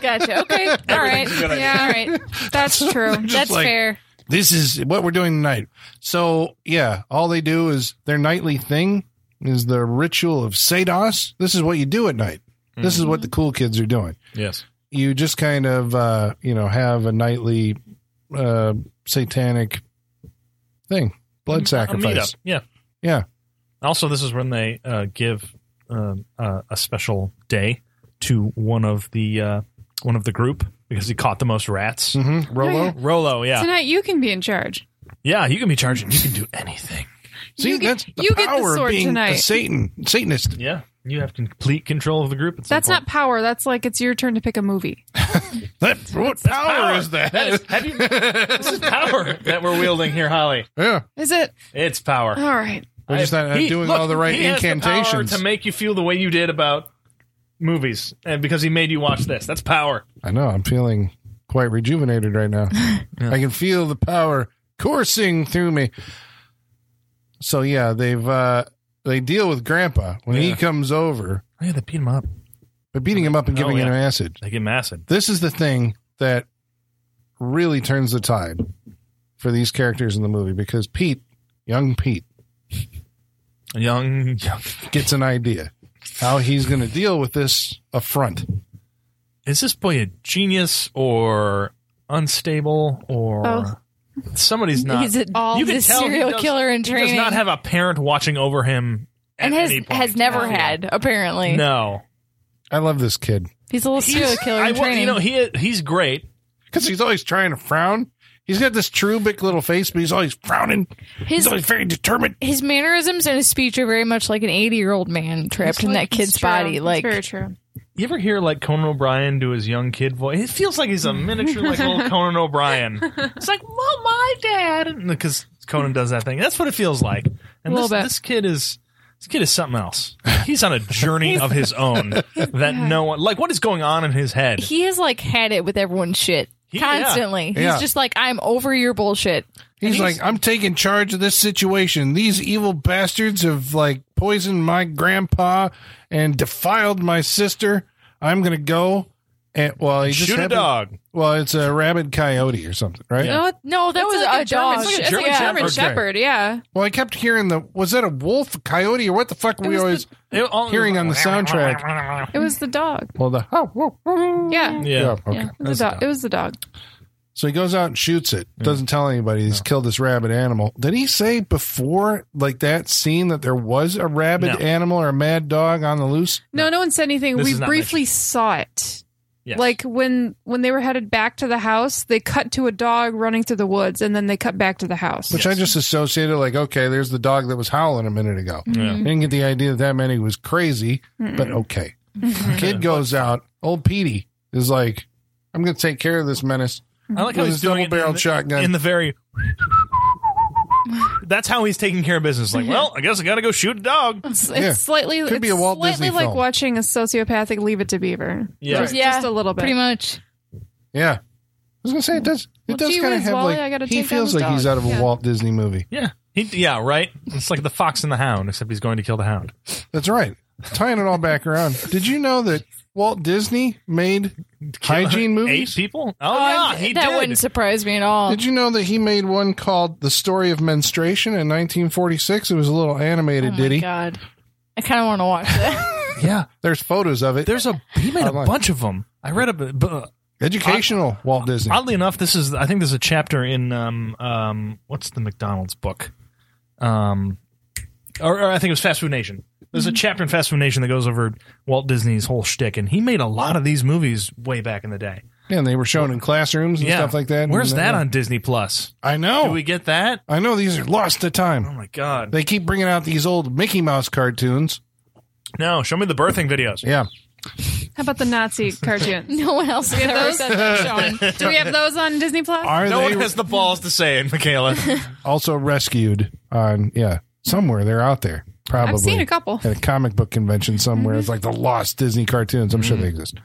D: Gotcha. Okay. All right.
E: idea.
D: Yeah. All right.
E: that's true.
D: That's
B: like-
D: fair.
B: this is what we're doing tonight. So, yeah, all they do is their nightly thing is the ritual of Sados. This is what you do at night. This is what the cool kids are doing.
C: yes.
B: You just kind of, uh, you know, have a nightly uh, satanic thing, blood
C: A meetup.
B: sacrifice.
C: Yeah.
B: Yeah.
C: Also, this is when they uh, give um, uh, a special day to one of the uh, one of the group because he caught the most rats.
B: hmm Rolo.
C: Rolo, yeah,
E: Tonight you can be in charge.
C: yeah. You can be charging. You can do anything.
B: See,
E: You get-
B: that's the
E: you get the
B: power of
E: sword
B: being
E: tonight.
B: a Satan, Satanist.
C: Yeah, you have complete control of the group. At some
E: That's
C: point.
E: not power. That's like it's your turn to pick a movie.
B: That, what power, is that?
C: that is, have you, this is power that we're wielding here, Holly.
B: yeah.
E: Is it?
C: It's power.
E: All right.
B: We're just not uh,
C: He-
B: doing
C: look,
B: all the right
C: he has the
B: incantations.
C: power to make you feel the way you did about movies, and because he made you watch this, that's power.
B: I know. I'm feeling quite rejuvenated right now. I can feel the power coursing through me. So yeah, they've uh they deal with Grandpa when he
C: Yeah.
B: comes over
C: Oh, yeah, they beat him up.
B: by beating him up and
C: Oh,
B: giving him
C: yeah.
B: acid.
C: They get him acid.
B: This is the thing that really turns the tide for these characters in the movie because Pete, young Pete,
C: Young, young.
B: gets an idea how he's going to deal with this affront.
C: Is this boy a genius or unstable or
E: Both.
C: somebody's not?
D: Oh. He's an
E: all
D: all
C: can
D: the
C: tell he
D: serial
C: does-
D: killer in
C: He
D: training,
C: does not have a parent watching over him at
D: and has
C: any point.
D: has never
C: Yeah.
D: had apparently.
C: No,
B: I love this kid.
D: He's a little serial killer
C: I
D: in
C: wa-
D: training.
C: you know he he's great.
B: because he's always trying to frown. He's got this cherubic little face, but he's always frowning. He's
D: his
B: always very determined.
D: his mannerisms and his speech are very much like an eighty year old man trapped in that kid's
E: It's true.
D: body.
E: It's
D: Like
E: very true.
C: You ever hear like Conan O'Brien do his young kid voice? It feels like he's a miniature like little Conan O'Brien. It's like, well, my dad, because Conan does that thing. That's what it feels like. And
E: Little
C: this,
E: bit.
C: this kid is this kid is something else. He's on a journey of his own that no one like. What is going on in his head?
D: he has like had it with everyone's shit
C: He- yeah.
D: constantly.
B: Yeah.
D: He's just like I'm over your bullshit.
B: He's,
C: he's-
B: like, I'm taking charge of this situation. These evil bastards have like poisoned my grandpa and defiled my sister. I'm gonna go and well, he just
C: Shoot a
B: happened-
C: dog.
B: Well, it's a rabid coyote or something, right?
C: Yeah.
E: No,
D: No, that
E: That's
D: was
E: like
D: a, dog.
E: German,
C: German
E: yeah.
C: Shepherd.
E: German Shepherd, yeah.
B: Well, I kept hearing the was that a wolf, a coyote, or what the fuck? we
E: was
B: always
C: It all-
B: hearing on the soundtrack.
E: It was the dog.
B: Well, the "Oh,
E: Yeah.
C: Yeah.
B: Yeah, okay.
E: Yeah, it was, the dog. It was the dog.
B: So he goes out and shoots it. Doesn't tell anybody he's killed this rabid animal. Did he say before, like that scene, that there was a rabid
C: No.
B: animal or a mad dog on the loose?
E: No, no one said anything.
C: This
E: we
C: is not
E: briefly saw it.
C: Yes.
E: Like when when they were headed back to the house, they cut to a dog running through the woods, and then they cut back to the house.
B: Which I just associated, like, okay, there's the dog that was howling a minute ago.
E: Mm-hmm.
C: Yeah.
B: I didn't get the idea that that meant he was crazy, but okay.
E: Mm-hmm.
B: Kid goes out. Old Petey is like, I'm going to take care of this menace.
C: I like how
B: With
C: he's
B: his
C: doing it in
B: double-barreled
C: the,
B: shotgun.
C: in the very. That's how he's taking care of business. Like, well, I guess I gotta go shoot a dog.
E: It's,
B: Yeah.
E: it's slightly
B: Could
E: it's
B: be a Walt
E: slightly
B: Disney
E: like
B: film.
E: watching a sociopathic Leave It to Beaver.
C: Yeah.
E: Just,
D: Yeah.
E: just a little bit.
D: Pretty much.
B: Yeah. was gonna say it does. It
E: Well,
B: does
E: gee
B: kind of
E: whiz,
B: have
E: Wally, I
B: like
E: gotta
B: he
E: take down
B: feels
E: the
B: like he's
E: dog.
B: out of a
E: Yeah.
B: Walt Disney movie.
C: Yeah. He, yeah, right? It's like the fox and the hound, except he's going to kill the hound.
B: That's right. Tying it all back around. Did you know that Walt Disney made hygiene
C: Eight
B: movies?
C: people? Oh,
D: I'm-
C: yeah, he
D: Uh, that
C: did.
D: wouldn't surprise me at all.
B: Did you know that he made one called "The Story of Menstruation" in 1946? It was a little animated
D: Oh my
B: ditty.
D: God, I kind of want to watch that.
C: Yeah.
B: There's photos of it.
C: There's a he made
B: Online.
C: a bunch of them. I read a bu- bu-
B: Educational Walt Disney.
C: oddly enough. This is I think there's a chapter in um um what's the McDonald's book, um, or, or I think it was Fast Food Nation. There's
D: Mm-hmm.
C: a chapter in Fast Food Nation that goes over Walt Disney's whole shtick, and he made a lot of these movies way back in the day.
B: yeah, and they were shown in classrooms and
C: yeah,
B: stuff like that.
C: Where's
B: And, uh,
C: that on Disney Plus?
B: I
C: Do
B: know.
C: we get that?
B: I know these are lost to
C: Oh
B: time.
C: my god!
B: They keep bringing out these old Mickey Mouse cartoons.
C: No, show me the birthing videos.
B: Yeah.
E: How about the Nazi cartoons?
D: no one else has ever
E: those-
D: said that, Sean.
E: Do we have those on Disney Plus?
B: Are
C: No
B: they
C: one has the balls to say it, Michaela.
B: also rescued on yeah, somewhere they're out there. Probably.
E: I've seen a couple.
B: at a comic book convention somewhere.
D: Mm-hmm.
B: It's like the lost Disney cartoons. I'm sure
D: Mm.
B: they exist.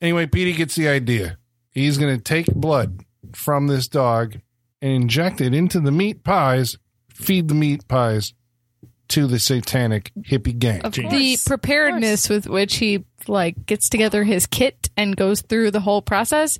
B: Anyway, Petey gets the idea. He's going to take blood from this dog and inject it into the meat pies, feed the meat pies to the satanic hippie gang.
E: Of
C: Genius.
D: the
E: course.
D: preparedness with which he like gets together his kit and goes through the whole process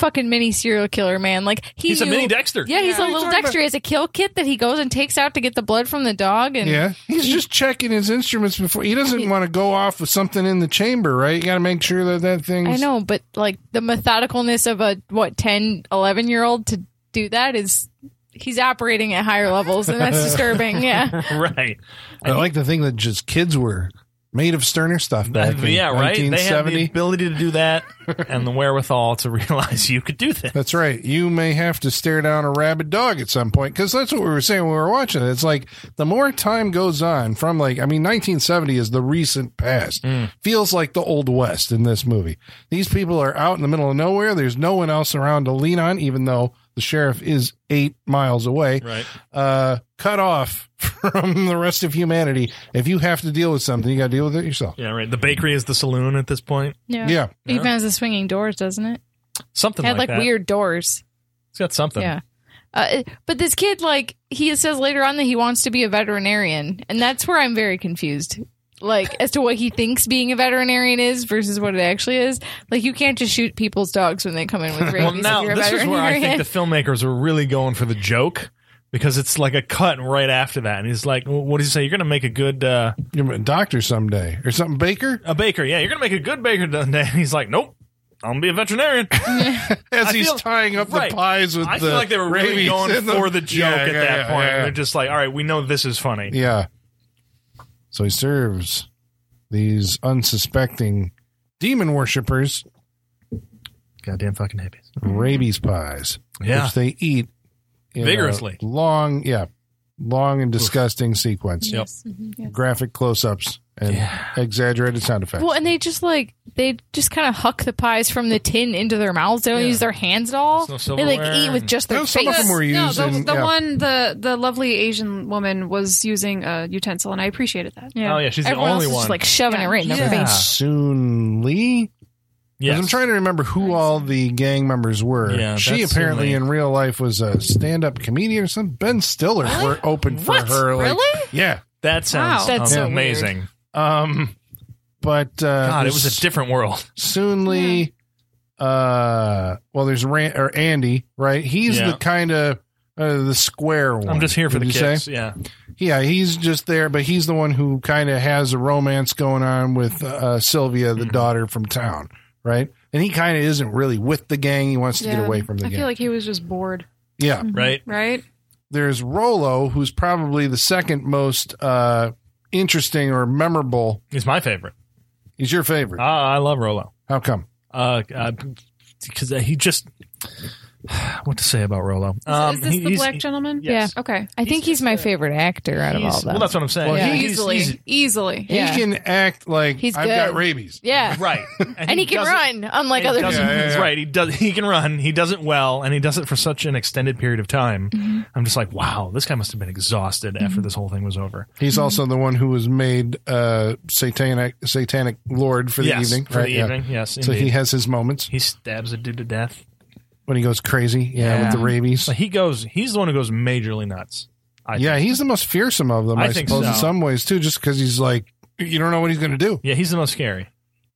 D: fucking mini serial killer man like he
C: He's a
D: knew-
C: mini Dexter.
D: yeah, he's a
E: Yeah.
D: little dexter he has a kill kit that he goes and takes out to get the blood from the dog and
B: Yeah, he's just checking his instruments before he doesn't want to go off with something in the chamber, right? You got to make sure that that thing's
D: i know but like the methodicalness of a what 10 11 year old to do that is he's operating at higher levels and that's disturbing yeah
C: right.
B: I like the thing that just kids were made of sterner stuff back in
C: yeah, right. They have
B: 1970.
C: the ability to do that and the wherewithal to realize you could do that.
B: That's right. You may have to stare down a rabid dog at some point because that's what we were saying when we were watching it. It's like the more time goes on from like, I mean, 1970 is the recent past. Feels like the old west in this movie. These people are out in the middle of nowhere. There's no one else around to lean on, even though the sheriff is eight miles away.
C: Right.
B: Uh, cut off from the rest of humanity. If you have to deal with something, you got to deal with it yourself.
C: Yeah, right. The bakery is the saloon at this point.
D: yeah,
B: Yeah.
D: even has the swinging doors doesn't it
C: Something
D: had
C: like, that.
D: like weird doors
C: It's got something.
D: Yeah. Uh, but this kid, like, he says later on that he wants to be a veterinarian. And that's where I'm very confused. Like, as to what he thinks being a veterinarian is versus what it actually is. Like, you can't just shoot people's dogs when they come in with rabies.
C: Well,
D: if
C: now
D: you're a
C: this is where I think
D: veterinarian.
C: the filmmakers were really going for the joke because it's like a cut right after that, and he's like, "What did he say? You're going to make a good uh,
B: You're a doctor someday or something, Baker.
C: a baker? Yeah, you're going to make a good baker." And he's like, "Nope." I'm gonna be a veterinarian.
B: as
C: I
B: he's
C: feel-
B: tying up
C: right.
B: the pies with
C: I
B: the
C: feel like they were really
B: rabies
C: going
B: in
C: for the joke
B: Yeah,
C: at
B: yeah,
C: that
B: yeah,
C: point.
B: yeah,
C: They're just like, all right, we know this is funny.
B: Yeah. So he serves these unsuspecting demon worshippers
C: Goddamn fucking hippies.
B: rabies pies,
C: Yeah.
B: which they eat in a
C: Vigorously.
B: long, yeah, long and disgusting sequence.
C: Yep.
D: mm-hmm,
B: Graphic close-ups and
C: Yeah.
B: exaggerated sound effects.
D: well, and they just, like, they just kind of huck the pies from the tin into their mouths. They don't
C: Yeah.
D: use their hands at all.
C: There's no
D: they, like,
C: silverware
D: eat with just their
B: No, some
D: face.
B: of them were
E: No,
B: used.
E: the,
B: in-
E: the
B: yeah.
E: one the the lovely Asian woman was using a utensil, and I appreciated that.
C: Oh, yeah, she's the
D: Everyone
C: only
D: else is
C: one.
D: Just, like, shoving it right in
C: Yeah.
D: their face.
B: Soon Lee.
C: Yes.
B: I'm trying to remember who all the gang members were.
C: Yeah,
B: she
C: that's
B: apparently
C: really-
B: in real life was a stand-up comedian or something. Ben Stiller were open for
C: What?
B: her. Like,
D: Really?
B: Yeah.
C: That sounds
E: Wow.
D: That's so
C: amazing.
B: Um, but uh,
C: God, it
B: there's
C: was a different world.
B: Soon Lee. Uh, well, there's Ran- or Andy, right? He's
C: Yeah.
B: the kind of uh, the square one.
C: I'm just here for the
B: would you say?
C: kids. Yeah.
B: Yeah, he's just there, but he's the one who kind of has a romance going on with uh, Sylvia, the
C: Mm-hmm.
B: daughter from town, right? And he kind of isn't really with the gang. He wants to get away from the
E: I
B: gang.
E: feel like he was just bored,
B: yeah.
D: Mm-hmm.
C: Right.
E: right?
B: There's Rolo, who's probably the second most uh, interesting or memorable.
C: He's my favorite.
B: He's your
C: Uh,
B: favorite.
C: Ah, I love Rolo.
B: How come?
C: Uh, because he just what to say about Rolo. Um,
E: is this
C: he-
E: the
C: he's-
E: black gentleman?
D: Yes.
E: Okay.
D: I think he's, my favorite actor out of all
C: he's-
D: of them.
C: well, that's what I'm saying.
B: Well,
D: Yeah.
B: he's-
E: easily,
B: he's-
E: easily.
D: Yeah.
B: He can act like
D: He's
B: I've got
D: good.
B: rabies.
D: yeah.
C: right,
D: And he, can
C: does it-
D: run, unlike
C: and
D: other
C: he does it-
D: people.
B: Yeah, yeah,
C: that's
B: yeah.
C: right. He does. He can run. He does it well, and he does it for such an extended period of time.
D: Mm-hmm.
C: I'm just like, wow, this guy must have been exhausted after this whole thing was over.
B: He's
D: Mm-hmm.
B: also the one who was made uh, satanic satanic lord for the
C: yes,
B: evening.
C: for
B: right?
C: the
B: Yeah.
C: evening. Yes,
B: So he
C: indeed.
B: has his moments
C: he stabs a dude to death.
B: when he goes crazy. Yeah, with the
C: Yeah.
B: rabies.
C: So he goes. He's the one who goes majorly nuts. I
B: yeah, he's the most fearsome of them, I,
C: I think
B: suppose, in
C: so.
B: some ways too, just because he's like you don't know what he's going to do.
C: Yeah, he's the most scary.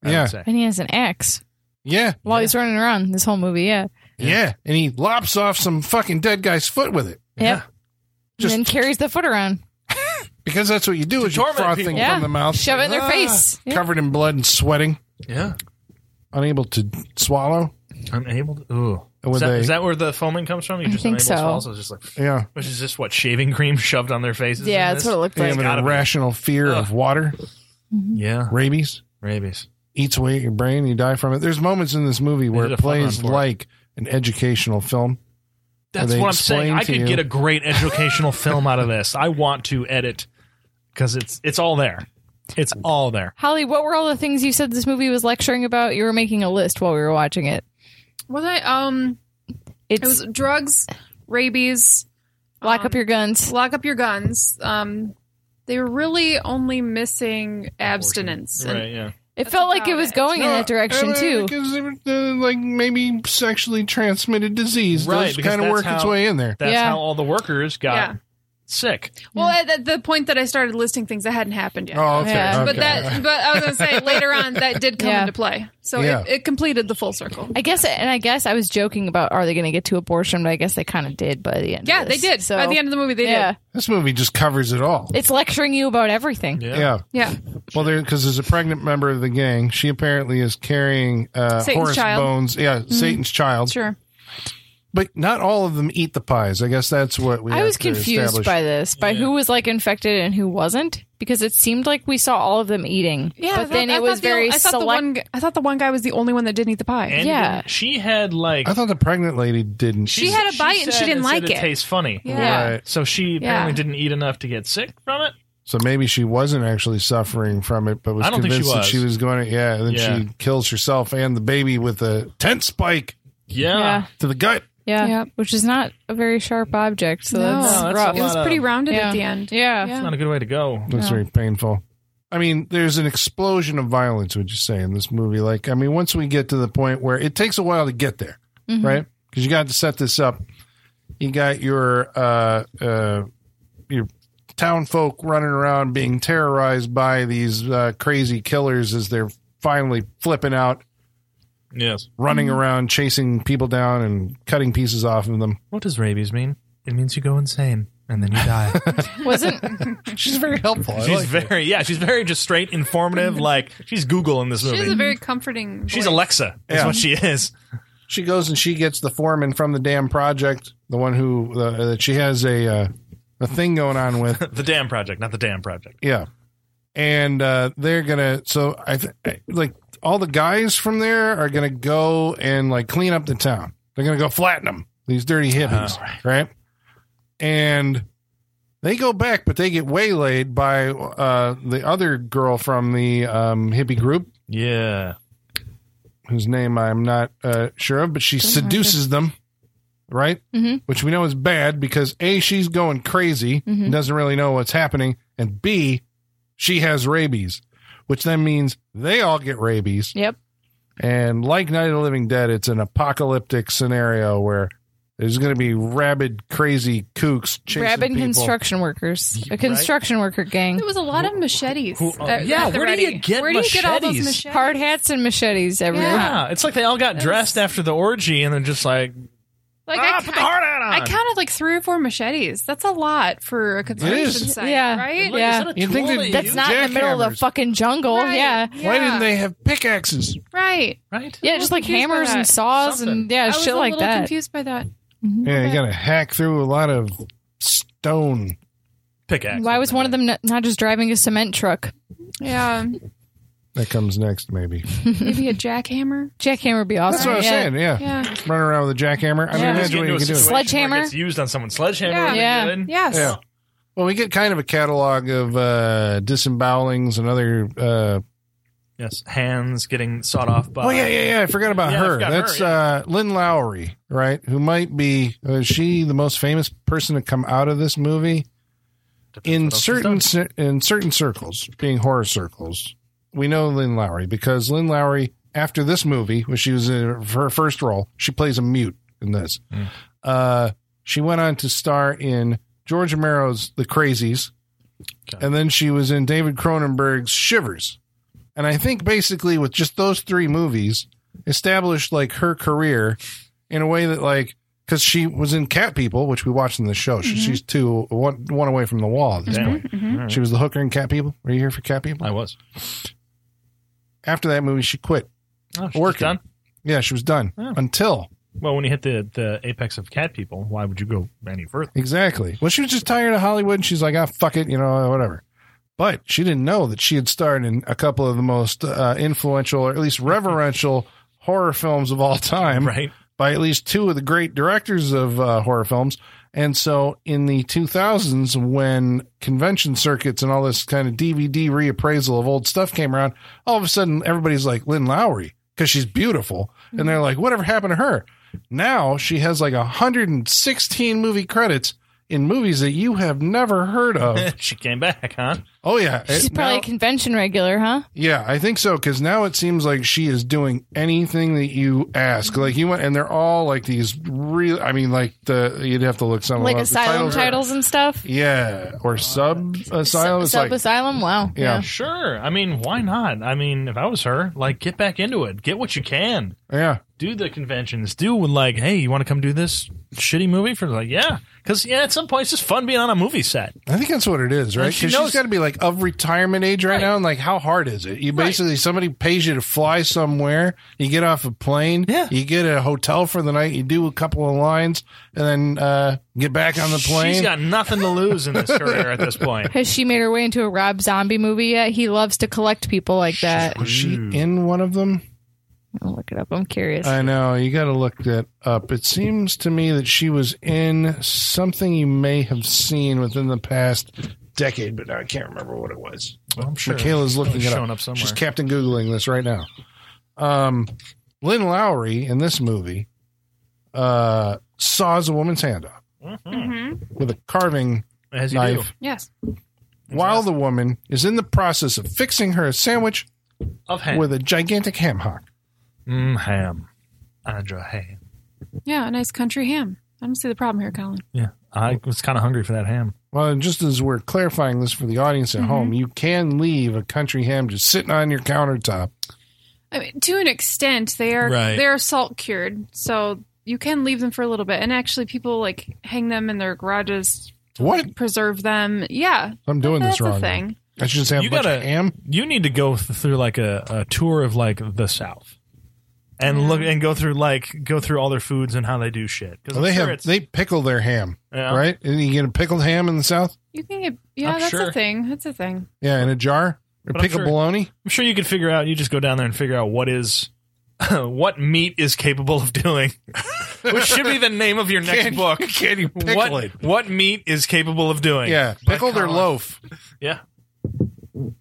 C: I
B: Yeah.
C: would say.
D: And he has an axe
B: Yeah,
D: while he's running around this whole movie. Yeah.
B: yeah, and he lops off some fucking dead guy's foot with it
D: Yep.
B: Just-
D: and then carries the foot around.
B: because that's what you do is you
C: torment
B: froth
C: people.
B: thing
D: Yeah.
B: from the mouth,
D: Shove it in their
B: Ah.
D: face. Yeah.
B: covered in blood and sweating,
C: Yeah,
B: unable to swallow.
C: unable. To, ooh,
B: Were
C: is that,
B: they-
C: is that where the foaming comes from? You
D: I
C: just
D: think
C: unable
D: so.
C: to swallow, so it's just like,
B: Yeah,
C: which is just what shaving cream shoved on their faces.
D: Yeah,
C: in
D: that's
C: this?
D: what it looked
B: they
D: like.
B: have an
C: gotta be.
B: irrational fear of
C: Ugh.
B: water,
C: Yeah,
B: rabies.
C: rabies.
B: eats away at your brain and you die from it. There's moments in this movie where
C: did
B: it
C: a fun run
B: plays
C: for it.
B: like an educational film.
C: That's
B: they
C: what I'm saying.
B: explain
C: I
B: to
C: could
B: you-
C: get a great educational film out of this. I want to edit because it's it's all there. It's all there.
D: Holly, what were all the things you said this movie was lecturing about? You were making a list while we were watching it.
E: Was I um?
D: It's
E: It was drugs, rabies,
D: lock
E: um,
D: up your guns.
E: lock up your guns. Um, they were really only missing abstinence. and-
C: Right? Yeah.
D: It felt like it
E: about
D: was
E: it.
D: going in
B: No,
D: that direction
B: uh,
D: too.
B: Because it was, uh, like maybe sexually transmitted disease
C: Right,
B: does
C: because
B: kind of
C: that's
B: work its
C: how-
B: way in there.
C: That's
D: Yeah.
C: how all the workers got
E: Yeah.
C: sick.
E: Well, at the, the point that I started listing things that hadn't happened yet. Um,
B: Oh, okay.
D: Yeah.
B: okay.
E: But that, but I was gonna say later on that did come
D: Yeah.
E: into play, so
B: Yeah.
E: it, it completed the full circle.
D: I guess, and I guess I was joking about are they going to get to abortion, but I guess they kind of did by the end.
E: Yeah,
D: of
E: they
D: this.
E: did.
D: So
E: By the end of the movie, they
D: yeah,
E: did.
B: this movie just covers it all.
D: it's lecturing you about everything.
B: yeah.
E: Yeah,
B: Well, there because there's a pregnant member of the gang. She apparently is carrying uh,
E: Satan's
B: Horace
E: child. Mm-hmm.
B: Bones. Yeah, Satan's child.
E: sure.
B: But not all of them eat the pies. I guess that's what we.
D: I
B: have
D: was
B: to
D: confused
B: establish.
D: by this, by who was like infected and who wasn't, because it seemed like we saw all of them eating.
E: Yeah,
D: but
E: I thought-
D: then
E: I
D: it
E: thought
D: was
E: the-
D: very
E: I thought the
D: select.
E: one gu- I thought the one guy was the only one that didn't eat the pie.
C: And
D: Yeah.
C: she had like
B: I thought the pregnant lady didn't.
E: She had a bite and she
C: said
E: didn't
C: said
E: like
C: it.
E: it.
C: Tastes funny.
D: Yeah.
B: Right.
C: So she apparently didn't eat enough to get sick from it.
B: So maybe she wasn't actually suffering from it, but was
C: I don't think
B: convinced
C: she
B: that
C: was.
B: she was going to. Yeah, and then
C: Yeah.
B: she kills herself and the baby with a tent spike
C: Yeah.
D: Yeah.
B: to the gut.
D: Yeah,
E: Yeah.
D: which is not a very sharp object, so
E: No,
D: that's
C: that's
D: rough.
E: it was
C: lot of-
E: pretty rounded
D: yeah.
E: at the end.
D: yeah.
E: Yeah.
C: It's not a good way to go.
B: That's very painful. I mean, there's an explosion of violence, would you say, in this movie? Like, I mean, once we get to the point where it takes a while to get there, right? 'Cause right? Because you got to set this up. You got your uh, uh, your town folk running around being terrorized by these uh, crazy killers as they're finally flipping out
C: Yes.
B: running around chasing people down and cutting pieces off of them.
C: What does rabies mean? It means you go insane and then you die.
D: Wasn't
B: She's very helpful. I
C: she's
B: like her.
C: very yeah. She's very just straight, informative. Like she's Google in this
E: She
C: movie.
E: has a very comforting.
C: she's
E: voice.
C: Alexa. Is
B: Yeah.
C: what she is.
B: she goes and she gets the foreman from the damn project, the one who uh, that she has a uh, a thing going on with.
C: The Dam Project, not the Dam Project.
B: Yeah, and uh, they're gonna. So I th- I- like all the guys from there are gonna go and like clean up the town. They're gonna go flatten them. These dirty hippies,
C: Oh,
B: right. And they go back, but they get waylaid by uh, the other girl from the um, hippie group,
C: Yeah.
B: whose name I'm not uh, sure of, but she seduces them, right?
D: Mhm.
B: Which we know is bad because A, she's going crazy
D: Mm-hmm.
B: and doesn't really know what's happening, and B, she has rabies, which then means they all get rabies.
D: Yep.
B: And like Night of the Living Dead, it's an apocalyptic scenario where there's going to be rabid, crazy kooks chasing
D: rabid
B: people.
D: construction workers, a
C: right.
D: construction worker gang,
E: There was a lot of machetes.
C: who-
E: at-
C: yeah,
E: at the
C: where do you
E: ready.
C: get
E: where do you get all those
C: machetes?
E: machetes?
D: hard hats and machetes everywhere.
E: Yeah.
C: Yeah. It's like they all got dressed after the orgy and they're just like,
E: Like
C: ah,
E: I,
C: put the
E: ca-
C: hard hat on.
E: I counted like three or four machetes. That's a lot for a construction
B: is.
E: site,
D: Yeah.
E: right?
D: Look, yeah.
B: You'd think they'd-
D: That's not in the middle of the
B: Jackhammers.
D: fucking jungle.
E: Right.
D: Yeah.
B: Why didn't they have pickaxes?
E: Right.
C: right?
D: Yeah, just like
E: confused by
D: hammers and
E: that.
D: saws and
C: Something.
D: yeah,
E: I was
D: shit
E: a
D: like
E: little
D: that.
E: confused by that.
B: Yeah, you got to hack through a lot of stone.
C: Pickaxe.
D: Why was one of them not, not just driving a cement truck?
E: Yeah.
B: That comes next, maybe.
E: Maybe a jackhammer.
D: Jackhammer would be awesome.
B: That's what I was
D: yeah.
B: saying. Yeah.
E: Yeah.
B: running around with a jackhammer. I mean,
D: Yeah.
F: Just
B: imagine
F: get
B: what
F: into
B: you
F: a
B: can do.
F: situation where it
D: Sledgehammer?
F: gets used on someone. Sledgehammer. would be
D: Yeah.
F: good.
E: Yes.
B: Yeah. Well, we get kind of a catalog of uh, disembowelings and other. Uh,
C: Yes, hands getting sawed off by.
B: oh yeah, yeah, yeah. I forgot about
C: Yeah, I
B: her.
C: forgot her,
B: That's
C: yeah.
B: uh, Lynn Lowry, right? Who might be uh, is she the most famous person to come out of this movie
C: Depends
B: in
C: what else she's
B: certain
C: done.
B: cer- in certain circles, being horror circles. We know Lynn Lowry because Lynn Lowry, after this movie, when she was in her first role, she plays a mute in this.
C: Hmm.
B: Uh, she went on to star in George Romero's The Crazies,
C: Okay.
B: and then she was in David Cronenberg's Shivers. And I think basically with just those three movies, established like her career in a way that like because she was in Cat People, which we watched in the show. She, She's two one one away from the wall at this
C: Damn.
E: Mm-hmm.
B: point. She was the hooker in Cat People. Were you here for Cat People?
C: I was.
B: After that movie, she quit.
C: Oh, she's
B: Working.
C: done.
B: Yeah, she was done
C: Oh.
B: until
C: Well, when you hit the, the apex of cat people, why would you go any further?
B: exactly. Well, she was just tired of Hollywood. And she's like, ah, fuck it, you know, whatever. But she didn't know that she had starred in a couple of the most uh, influential, or at least reverential, horror films of all time.
C: Right?
B: by at least two of the great directors of uh, horror films. And so in the 2000s, when convention circuits and all this kind of DVD reappraisal of old stuff came around, all of a sudden everybody's like Lynn Lowry because she's beautiful. And they're like, whatever happened to her? Now she has like 116 movie credits in movies that you have never heard of.
C: she came back, huh?
B: oh, yeah.
D: She's
B: It-
D: probably
B: now- Oh,
D: a convention regular, huh?
B: yeah, I think so because now it seems like she is doing anything that you ask. Like you went, and they're all like these real. I mean, like the you'd have to look some
D: Like
B: up. The
D: asylum
B: titles
D: titles,
B: are-
D: and stuff.
B: yeah, or sub asylum. It's
D: Sub
B: like
D: asylum. Wow.
B: Yeah.
C: Sure. I mean, why not? I mean, if I was her, like, get back into it. Get what you can.
B: yeah,
C: Do the conventions. Do like, hey, you want to come do this shitty movie for like, yeah, because yeah, at some point it's just fun being on a movie set.
B: I think that's what it is, right?
C: And she
B: Because she
C: knows-
B: has got to be like of retirement age right,
C: Right.
B: now, and like how hard is it? You
C: Right.
B: basically somebody pays you to fly somewhere, you get off a plane,
C: Yeah.
B: you get a hotel for the night, you do a couple of lines, and then uh, get back on the plane.
C: She's got nothing to lose in this career at this point.
D: Has she made her way into a Rob Zombie movie yet? He loves to collect people like that.
B: Was she
C: Mm,
B: in one of them?
D: I'll look it up. I'm curious.
B: I know you got to look that up. It seems to me that she was in something you may have seen within the past decade, but I can't remember what it was.
C: I'm sure
B: Michaela's looking
C: it's
B: it up.
C: showing up somewhere.
B: She's Captain Googling this right now. Um, Lynn Lowry in this movie uh, saws a woman's hand off
C: Mm-hmm.
B: with a carving
C: As you
B: knife
E: Yes.
B: while the woman is in the process of fixing her a sandwich
C: do. of ham,
B: with a gigantic ham hock.
C: mm, ham, Andra ham.
E: Yeah. A nice country ham. I don't see the problem here, Colin.
C: Yeah, I was kind of hungry for that ham.
B: Well, and just as we're clarifying this for the audience at
E: Mm-hmm.
B: home, you can leave a country ham just sitting on your countertop.
E: I mean, to an extent, they are
C: Right.
E: they are salt cured, so you can leave them for a little bit. And actually, people like hang them in their garages,
B: What?
E: preserve them. Yeah,
B: I'm doing
E: that's
B: this wrong.
E: a thing.
B: I should just have
C: You
B: a bunch
C: gotta-
B: of ham.
C: You need to go th- through like a, a tour of like the South. And look and go through like go through all their foods and how they do shit. Because
B: Well, they have they pickle their ham,
C: Yeah.
B: right? And you get a pickled ham in the south.
E: You can get yeah,
C: I'm
E: that's
C: sure.
E: a thing. That's a thing.
B: Yeah, in a jar. Or
C: But I'm
B: pickled
C: sure-
B: bologna.
C: I'm sure you could figure out. You just go down there and figure out what is, what meat is capable of doing, which should be the name of your next
B: Can-
C: book.
B: can you pickle
C: What,
B: it?
C: what meat is capable of doing?
B: Yeah,
C: By
B: pickled or
C: Colin.
B: loaf.
C: Yeah,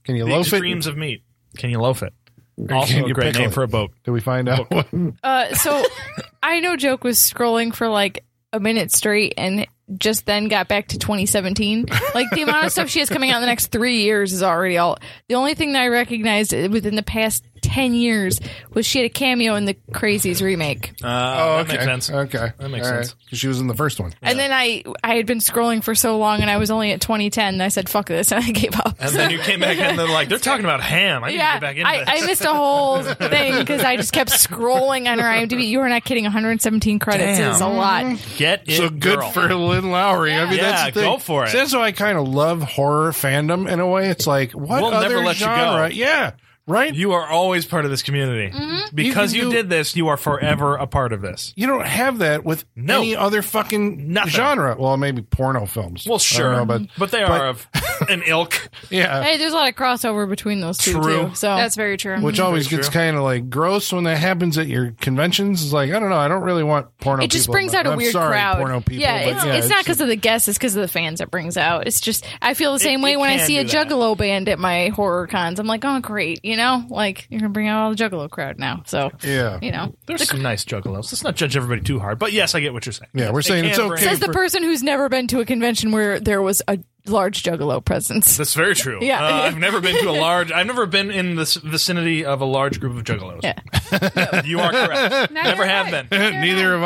B: Can you
C: the
B: loaf
C: extremes of meat. Can you loaf it?
B: it? Or
C: Also,
B: can
C: a
B: you
C: great
B: pickle
C: name
B: it?
C: for a boat.
B: Did we find out? what-
D: Uh, so I know Joke was scrolling for like a minute straight and just then got back to 2017. Like the amount of stuff she has coming out in the next three years is already all. The only thing that I recognized within the past 10 years was she had a cameo in the Crazies remake.
B: oh,
C: Uh,
B: okay.
C: That makes sense.
B: Okay,
C: That makes sense.
B: Because she was in the first one.
D: And then I I had been scrolling for so long and I was only at 2010 and I said fuck this and I gave up.
C: And then you came back and they're like, they're talking about ham. I need to
D: Yeah,
C: get back into
D: I,
C: this.
D: I missed a whole thing because I just kept scrolling on her IMDb. You are not kidding. 117 credits
C: Damn.
D: is a lot.
C: Get it,
B: so good
C: girl.
B: for Lynn Lowry. I mean,
C: Yeah.
B: that's the
C: Yeah,
B: thing.
C: go for it.
B: See, that's why I kind of love horror fandom in a way. It's like what
C: We'll
B: other
C: never let you go.
B: genre? Yeah, right. You,
C: You are always part of this community because
B: You
C: you,
B: can do-
C: did this. You are forever a part of this.
B: don't have that with
C: No.
B: any other fucking
C: Nothing.
B: genre. Well, maybe porno films.
C: Well,
B: I
C: sure,
B: don't know,
C: but,
B: but
C: they are of
F: an ilk.
B: yeah,
D: Hey, there's a lot of crossover between those two.
F: True.
D: Too, so
B: Oh.
E: That's very true.
B: which always
F: Very
B: gets
F: true.
B: kind of like gross when that happens at your conventions. It's like I don't know, I don't really want porno.
D: it just
B: people,
D: brings
B: but-
D: out a
B: I'm
D: weird
B: sorry,
D: crowd.
B: Porno people,
D: yeah,
B: but
D: it's, it's not because of the guests; it's because of the fans it brings out. It's just I feel the same way
F: it
D: when I
F: can
D: see a
F: do that.
D: Juggalo band at my horror cons. I'm like, oh great, you know, like you're gonna bring out all the Juggalo crowd now. So
B: Yeah.
D: you know,
C: There's some nice juggalos. Let's not judge everybody too hard. But yes, I get what you're saying.
B: Yeah, we're saying
F: can
B: it's
F: bring-
B: okay.
D: says the
B: for-
D: person who's never been to a convention where there was a large Juggalo presence.
F: That's very true.
D: Yeah.
F: Uh, I've never been to a large. I've never been in the s- vicinity of a large group of juggalos.
D: Yeah.
F: you are correct.
E: Now
F: never
E: you're
F: have
E: right.
F: been.
B: Neither have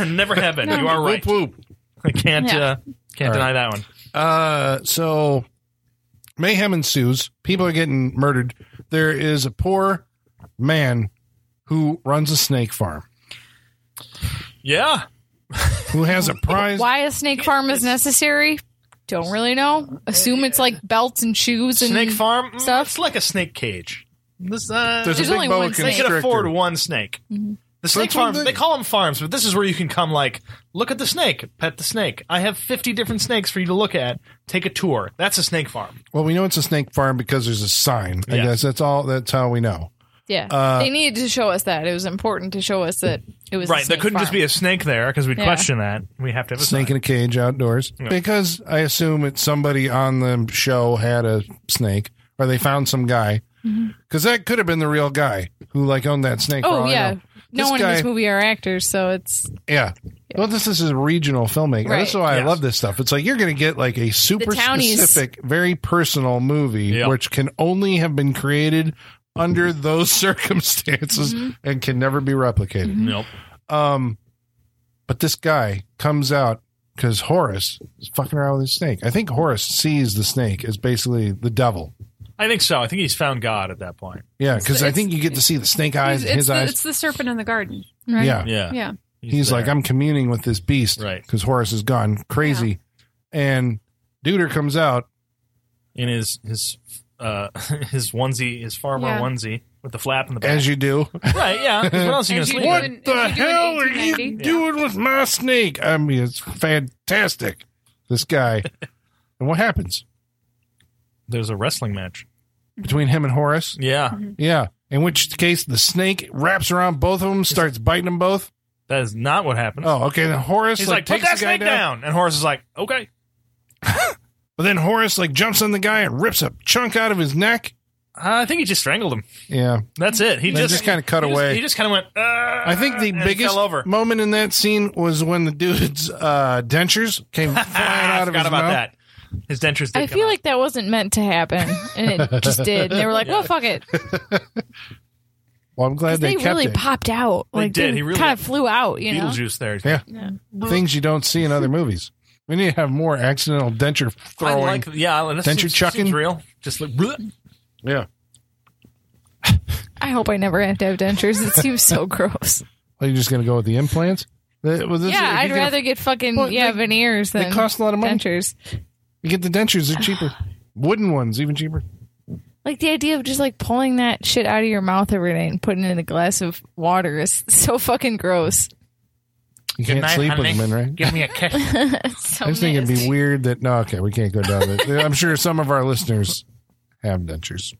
B: I.
F: never have been. You are right.
B: Whoop whoop.
F: I can't. Uh, can't
B: All
F: deny
B: right.
F: that one.
B: Uh, so mayhem ensues. People are getting murdered. There is a poor man who runs a snake farm
F: Yeah.
B: who has a prize.
D: Why a snake farm is necessary? Don't really know. Assume it's like belts and shoes and
F: Snake farm. mm,
D: stuff.
F: It's like a snake cage. This, uh,
B: There's,
D: There's
B: a
D: only
B: big boa
D: one snake.
F: they
B: constrictor.
F: can afford one snake. The snake
B: That's what
F: farms,
B: I'm
F: they call them farms, but this is where you can come, like, look at the snake, pet the snake. I have 50 different snakes for you to look at. Take a tour. That's a snake farm.
B: Well, we know it's a snake farm because there's a sign. I
F: Yeah.
B: guess that's all. That's how we know.
D: Yeah,
B: Uh,
D: they needed to show us that. It was important to show us that it was
C: Right. There couldn't just be a snake there because we'd
D: Yeah.
C: question that. We have to have a
B: Snake in a cage outdoors because I assume it's somebody on the show had a snake or they found some guy because that could have been the real guy who like owned that snake. for all
D: Mm-hmm. Oh
B: I
D: yeah,
B: know.
D: no
B: This
D: one in
B: guy-
D: this movie are actors, so it's
B: Yeah. Well, this, this is regional filmmaking.
D: Right.
B: That's why
C: Yes.
B: I love this stuff. It's like you're going to get like a super
D: The townies.
B: specific, very personal movie,
C: Yeah.
B: which can only have been created under
D: Mm-hmm.
B: those circumstances and can never be replicated.
C: Nope.
B: Um, but this guy comes out because Horace is fucking around with a snake. I think Horace sees the snake as basically the devil.
C: I think so. I think he's found God at that point.
B: Yeah, because I
E: it's-
B: think you get to see the snake eyes,
E: It's,
B: in his
E: the,
B: eyes.
E: it's the serpent in the garden, right?
B: Yeah.
C: Yeah.
E: Yeah.
B: he's, like,
C: there.
B: I'm communing with this beast,
C: Right.
B: Because Horace has gone crazy, and Duder comes out.
C: in his his uh his onesie, his farmer
E: Yeah.
C: onesie with the flap in the back.
B: As you do,
C: right. Yeah. 'cause What else are you gonna
E: As you
C: sleep?
E: do
C: in?
E: in- if
B: the
E: you do an
B: hell are
E: 1890.
B: you doing with my snake? I mean, it's fantastic. This guy, and what happens
C: There's a wrestling match.
B: between him and Horace?
C: Yeah.
B: Yeah. In which case, the snake wraps around both of them, starts biting them both.
C: That is not what happened.
B: Oh, okay. Then Horace
F: He's
B: like,
F: like, put
B: takes
F: that
B: the guy
F: snake
B: down.
F: down. And Horace is like, okay.
B: but then Horace like jumps on the guy and rips a chunk out of his neck.
C: Uh, I think he just strangled him.
B: Yeah,
C: That's it. He
B: They
C: just,
B: just kinda cut
C: he just-
B: away.
C: he just kind of went. Uh,
B: I think the
F: and
B: biggest
F: fell over.
B: moment in that scene was when the dude's uh, dentures came flying
F: Ah, I
B: out of his
F: forgot about
B: mouth.
F: that. His dentures. Did
D: I
F: come
D: feel
F: out.
D: like that wasn't meant to happen, and it just did. And they were like, "Well, fuck it," 'Cause
B: Well, I'm glad they,
D: they,
B: kept
D: really
B: it.
D: popped out.
C: They
D: Like
C: did. He really-
D: kind of flew out. You know,
C: Beetlejuice there.
B: Yeah. Things you don't see in other movies. We need to have more accidental denture
C: I
B: throwing.
C: like. Yeah. that
B: Denture
C: seems-
B: chucking?
C: seems real. Just like. bleh.
B: yeah,
D: I hope I never have to have dentures. It seems so gross.
B: are you just gonna go with the implants? Th- well, this-
D: yeah,
B: if
D: I'd
B: you get a-
D: rather get fucking
B: Well,
D: yeah
B: they-
D: veneers
B: They
D: than
B: cost a lot of money.
D: dentures.
B: You get the dentures; they're cheaper. Wooden ones even cheaper.
D: Like the idea of just like pulling that shit out of your mouth every day and putting it in a glass of water is so fucking gross.
B: You can't sleep with them in, right?
F: Give me a kiss.
D: It's so
B: I just think it'd
D: nasty.
B: be weird that no, okay, we can't go down there. I'm sure some of our listeners have dentures.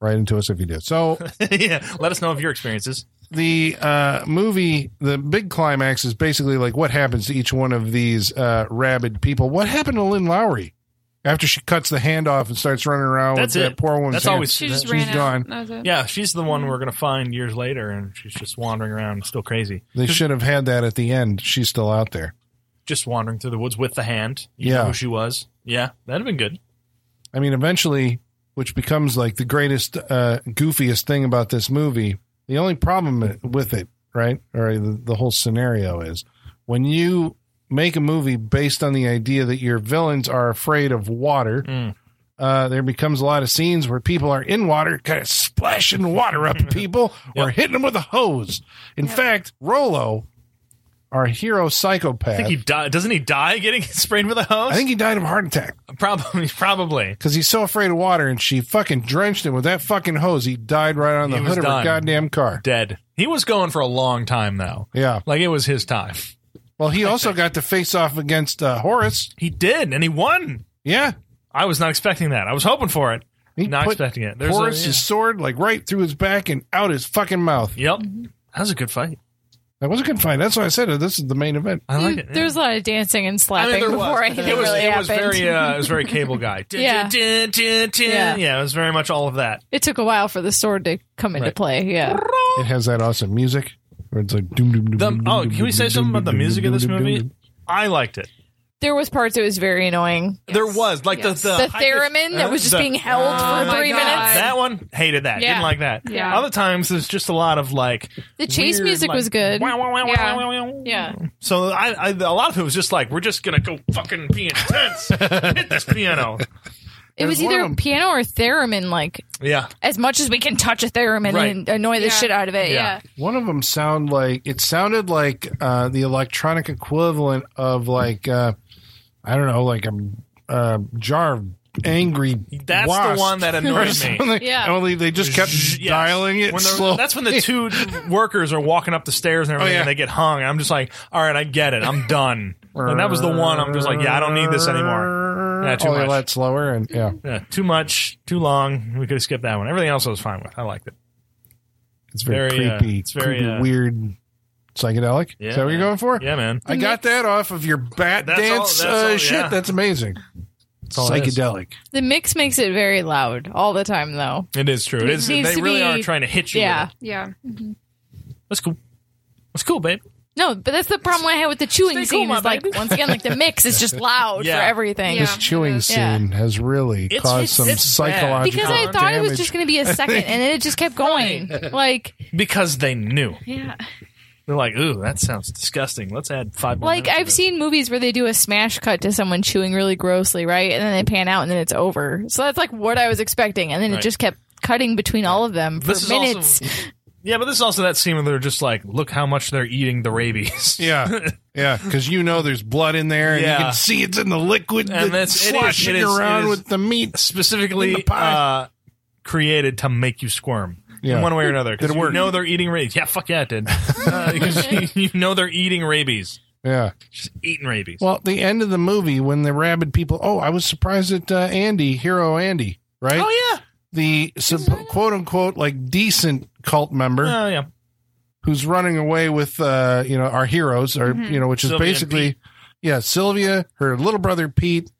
B: Write into us if you do. So
C: yeah. Let us know of your experiences.
B: the uh, movie, the big climax is basically like what happens to each one of these uh, rabid people. What happened to Lynn Lowry after she cuts the hand off and starts running around
C: That's
B: with
C: it.
B: that poor woman's
C: That's
B: hand?
C: always.
E: She just
B: She's
E: ran
B: gone.
E: out. That was it.
C: yeah. She's the one we're gonna find years later, and she's just wandering around, still crazy,
B: They should have had that at the end. She's still out there.
C: just wandering through the woods with the hand. You
B: Yeah.
C: Know who she was. Yeah. That'd have been good.
B: I mean, eventually, which becomes like the greatest, uh, goofiest thing about this movie. The only problem with it, right, or the, the whole scenario is when you make a movie based on the idea that your villains are afraid of water.
C: Mm.
B: Uh, there becomes a lot of scenes where people are in water, kind of splashing water up at people or hitting them with a hose. In fact, Rolo, our hero psychopath,
C: I think he die, doesn't he die getting sprayed with a hose?
B: died of a heart attack
C: probably probably.
B: because he's so afraid of water, and she fucking drenched him with that fucking hose. He died right on the
C: He was
B: hood of her
C: done.
B: goddamn car.
C: dead. He was going for a long time though.
B: Yeah.
C: Like it was his time.
B: Well, he also got to face off against uh, Horace.
C: He did, and he won.
B: Yeah,
C: I was not expecting that. I was hoping for it.
B: He
C: not
B: put-
C: expecting it. There's a-
B: Forrest his sword like right through his back and out his fucking mouth.
C: Yep. That was a good fight.
B: That was a good fight. That's why I said it. This is the main event.
C: I like it.
D: There was Mm, a lot of dancing and
C: I
D: slapping
C: mean, there
D: Mm-hmm. before
C: was.
D: anything
C: it was,
D: really
C: it was
D: happened.
C: very, uh, it was very cable guy. Dun,
D: Yeah.
C: dun, dun, dun,
D: Yeah.
C: dun. Yeah, it was very much all of that.
D: it took a while for the sword to come into
C: Right.
D: play. Yeah.
B: It has that awesome music where it's like doom doom doom.
C: The,
B: doom,
C: oh,
B: doom,
C: can we
B: doom,
C: say
B: doom,
C: something
B: doom,
C: about the
B: doom,
C: music
B: doom,
C: of this
B: doom, doom,
C: movie?
B: doom.
C: I liked it.
D: There was parts that was very annoying.
C: There was like
E: Yes.
C: the the,
D: The
C: high-
D: theremin that
C: uh,
D: was just
C: the-
D: being held
E: Oh
D: for
E: my
D: three
E: God.
D: minutes.
C: That one hated that.
D: Yeah.
C: Didn't like that.
E: Yeah.
C: Other times there's just a lot of like
D: The chase
C: weird,
D: music
C: like,
D: was good.
C: Wow, wow, wow, wow,
E: Yeah.
C: wow, wow.
D: Yeah.
C: So I, I a lot of it was just like we're just gonna go fucking be intense. Hit this piano.
D: It was
B: There's one
D: either
B: of 'em-
D: piano or theremin, like
C: Yeah.
D: as much as we can touch a theremin
C: Right.
D: and annoy the
E: Yeah.
D: shit out of it.
C: Yeah.
D: Yeah.
B: One of them sound like it sounded like uh, the electronic equivalent of like uh, I don't know, like a uh, jar of angry.
C: That's
B: wasp
C: the one that
B: or
C: annoys me.
B: something.
D: Yeah.
B: Only they just kept
C: Yes.
B: dialing it
C: When they're-
B: slow.
C: That's when the two workers are walking up the stairs and everything,
B: yeah.
C: and they get hung. And I'm just like, all right, I get it. I'm done. and that was the one. I'm just like, yeah, I don't need this anymore. Yeah, too
B: oh, they
C: much.
B: let slower and yeah.
C: Yeah, too much, too long. We could have skipped that one. Everything else I was fine with. I liked it.
B: It's very,
C: Very, uh,
B: creepy.
C: it's very,
B: creepy,
C: uh,
B: weird, psychedelic.
C: Yeah,
B: Is that what you're
C: man.
B: going for?
C: Yeah, man.
B: I got that off of your bat
C: That's all-
B: dance
C: that's
B: uh,
C: all,
B: shit.
C: yeah.
B: That's amazing.
C: all it is.
B: Psychedelic.
D: The mix makes it very loud all the time, though.
C: It is true. It
D: It
C: is.
D: needs
C: They
D: to
C: really
D: be-
C: are trying to hit you. with
D: Yeah.
C: it.
E: Yeah.
C: that's cool. That's cool, babe.
D: No, but that's the problem I had with the chewing
C: Stay cool,
D: scene.
C: my
D: is like
C: baby.
D: once again, like the mix is just loud
C: Yeah.
D: for everything.
E: Yeah.
B: This chewing
E: it
D: is. Yeah.
B: scene has really
C: It's-
B: caused
C: it's-
B: some
C: it's bad.
B: psychological
D: Because I thought it was
B: damage.
D: just going to be a second, and then it just kept going. Like,
C: Because they knew.
D: yeah.
C: They're like, ooh, that sounds disgusting. Let's add five. More
D: Like
C: minutes to
D: I've
C: this."
D: seen movies where they do a smash cut to someone chewing really grossly, right? And then they pan out and then it's over. So that's like what I was expecting. And then
C: Right.
D: it just kept cutting between all of them for
C: This is also-
D: minutes.
C: Yeah, but this is also that scene where they're just like, look how much they're eating the rabies.
B: yeah, yeah, because you know there's blood in there, and
C: Yeah.
B: you can see it's in the liquid
C: And
B: that's
C: that's- it is-
B: sloshing
C: it is- it
B: around
C: is-
B: with the meat.
C: specifically
B: In the pie.
C: uh, created to make you squirm.
B: Yeah.
C: In one way or another,
B: Did
C: because
B: it
C: you
B: work?
C: know they're eating rabies. Yeah, fuck yeah, it did. Uh, 'cause you, you know they're eating rabies,
B: Yeah.
C: just eating rabies.
B: Well, the end of the movie when the rabid people. Oh, I was surprised at uh, Andy, hero Andy, right?
C: oh
B: The sup- quote unquote like decent cult member.
C: yeah, oh yeah.
B: who's running away with uh you know our heroes or
D: Mm-hmm.
B: you know which is
C: Sylvia and
B: basically yeah sylvia her little brother pete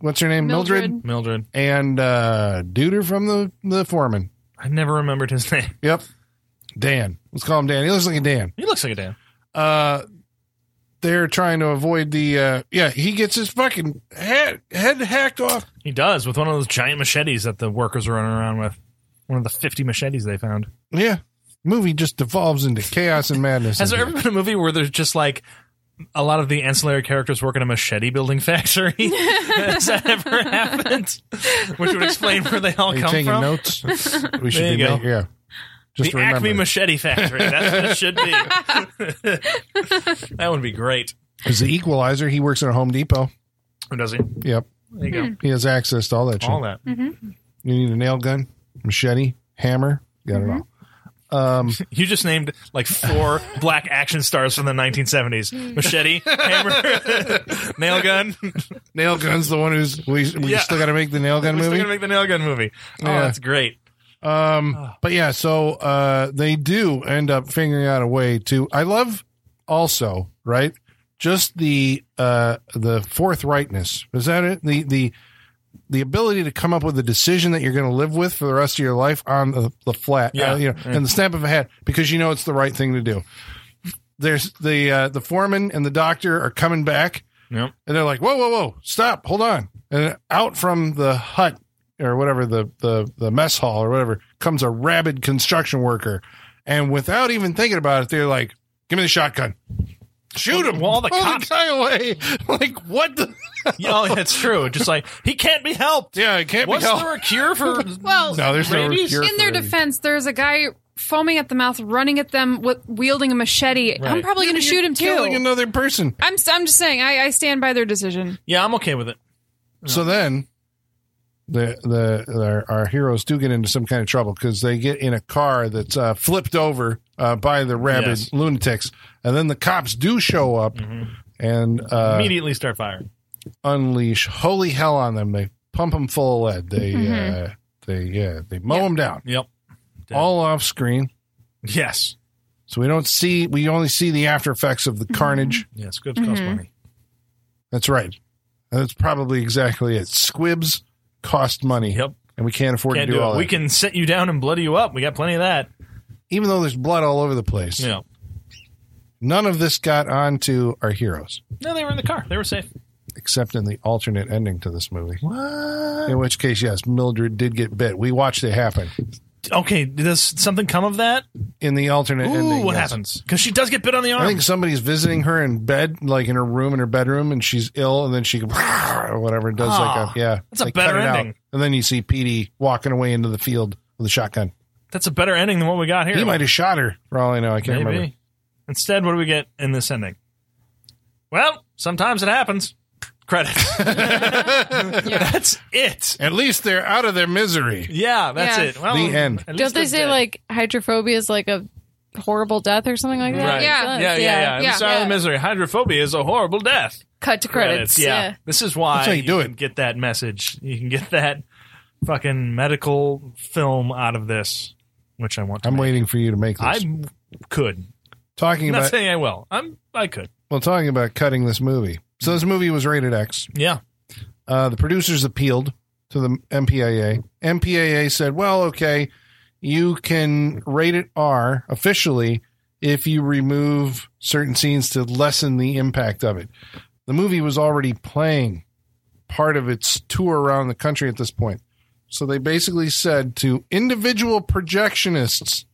B: what's her name mildred,
C: Mildred,
B: and uh duder from the the foreman
C: I never remembered his name.
B: yep dan let's call him dan he looks like a dan
C: He looks like a damn.
B: uh they're trying to avoid the uh yeah he gets his fucking head head hacked off
C: He does with one of those giant machetes that the workers are running around with. One of the fifty machetes they found.
B: yeah movie just devolves into chaos and madness
C: Has there
B: in
C: ever been a movie where there's just like a lot of the ancillary characters work in a machete building factory? Has that ever happened? Which would explain where they all
B: here. are you
C: come
B: taking
C: from.
B: notes we should
C: There
B: be
C: you go.
B: ma- yeah just
C: the
B: remember
C: Acme
B: that.
C: Machete Factory. That's what it should be. that would be great.
B: Is the equalizer. He works at a Home Depot.
C: Who does he?
B: Yep.
C: There you go.
B: He has access to all that shit.
C: All that.
B: You need a nail gun, machete, hammer. Got
C: Mm-hmm.
B: it all. Um,
C: You just named like four black action stars from the
B: Hmm.
C: 1970s: machete, hammer, nail gun. We're
B: nail gun's the one who's we we
C: Yeah.
B: still got to make the nail gun
C: still
B: movie.
C: gonna make the nail gun movie. Oh,
B: Yeah.
C: that's great.
B: um,
C: Ah.
B: but yeah, so uh, they do end up figuring out a way to. I love also right just the uh the forthrightness. Is that it? The the the ability to come up with a decision that you're going to live with for the rest of your life on the, the flat,
C: Yeah. Mm.
B: uh, you know, and the snap of a hat because you know it's the right thing to do. There's the uh, the foreman and the doctor are coming back,
C: Yep.
B: and they're like, "Whoa, whoa, whoa, stop, hold on!" And out from the hut or whatever the the the mess hall or whatever comes a rabid construction worker, and without even thinking about it, they're like, "Give me the shotgun." Shoot him!
C: Well, all the
B: Blow
C: cops-
B: guy away. Like what? The-
C: Yeah, oh, that's true. Just like he can't be helped.
B: yeah, it can't
C: Was
B: be helped.
C: there a cure for?
E: Well,
B: No, there's no
C: Rabies?
B: cure
E: in
B: for
E: their
B: rabies.
E: defense, there's a guy foaming at the mouth, running at them, with, wielding a machete. I'm
C: Right.
E: probably going to shoot him
B: killing
E: too.
B: another person.
E: I'm, s- I'm just saying, I, I stand by their decision.
C: Yeah, I'm okay with it.
B: So then, the the our, our heroes do get into some kind of trouble because they get in a car that's uh, flipped over uh, by the rabid
C: Yes.
B: lunatics, and then the cops do show up and uh,
C: Immediately start firing.
B: unleash holy hell on them. They pump them full of lead. They
C: Mm-hmm.
B: uh, they yeah they mow them down
C: Yep. Yeah.
B: all off screen,
C: Yes.
B: so we don't see we only see the after effects of the
C: Mm-hmm.
B: carnage.
C: Yes. Squibs cost
B: Mm-hmm.
C: money.
B: That's right. That's probably exactly it. Squibs cost money.
C: Yep.
B: And we can't afford
C: Can't
B: to do,
C: do
B: all
C: it.
B: that.
C: We can set you down and bloody you up. We got plenty of that.
B: Even though there's blood all over the place,
C: Yeah.
B: none of this got onto our heroes,
C: No, they were in the car. They were safe.
B: except in the alternate ending to this movie.
C: What?
B: In which case, yes, Mildred did get bit. We watched it happen
C: Okay. Does something come of that?
B: in the alternate
C: Ooh,
B: ending.
C: what
B: yes.
C: happens? Because she does get bit on the
B: I
C: arm.
B: think somebody's visiting her in bed, like in her room, in her bedroom, and she's ill, and then she or whatever does
C: Ah,
B: like a yeah.
C: that's a
B: they
C: better
B: cut it out.
C: ending.
B: And then you see Petey walking away into the field with a shotgun.
C: That's a better ending than what we got here.
B: He might have shot her. For all I know, I can't
C: Maybe.
B: remember.
C: Instead, what do we get in this ending? Well, sometimes it happens. Credits. That's it.
B: At least they're out of their misery.
C: Yeah, that's
E: Yeah.
C: it. Well,
B: The end.
C: at least
D: Don't they
C: they're
D: say
C: dead.
D: like hydrophobia is like a horrible death or something like that?
C: Right. Yeah,
E: Yeah.
C: yeah, yeah.
E: yeah,
C: I'm sorry,
D: uh, yeah.
C: misery. Hydrophobia is a horrible death.
D: Cut to credits. yeah.
C: This is why
B: That's how you do
C: can
B: it.
C: get that message. You can get that fucking medical film out of this, which I want. To
B: I'm
C: make.
B: waiting for you to make this.
C: I could.
B: talking
C: not
B: about
C: saying I will. I'm. I could.
B: well, talking about cutting this movie. So
C: Mm.
B: this movie was rated X.
C: Yeah.
B: Uh, the producers appealed to the MPAA. MPAA said, "Well, okay, you can rate it R officially if you remove certain scenes to lessen the impact of it." The movie was already playing part of its tour around the country at this point. So they basically said to individual projectionists,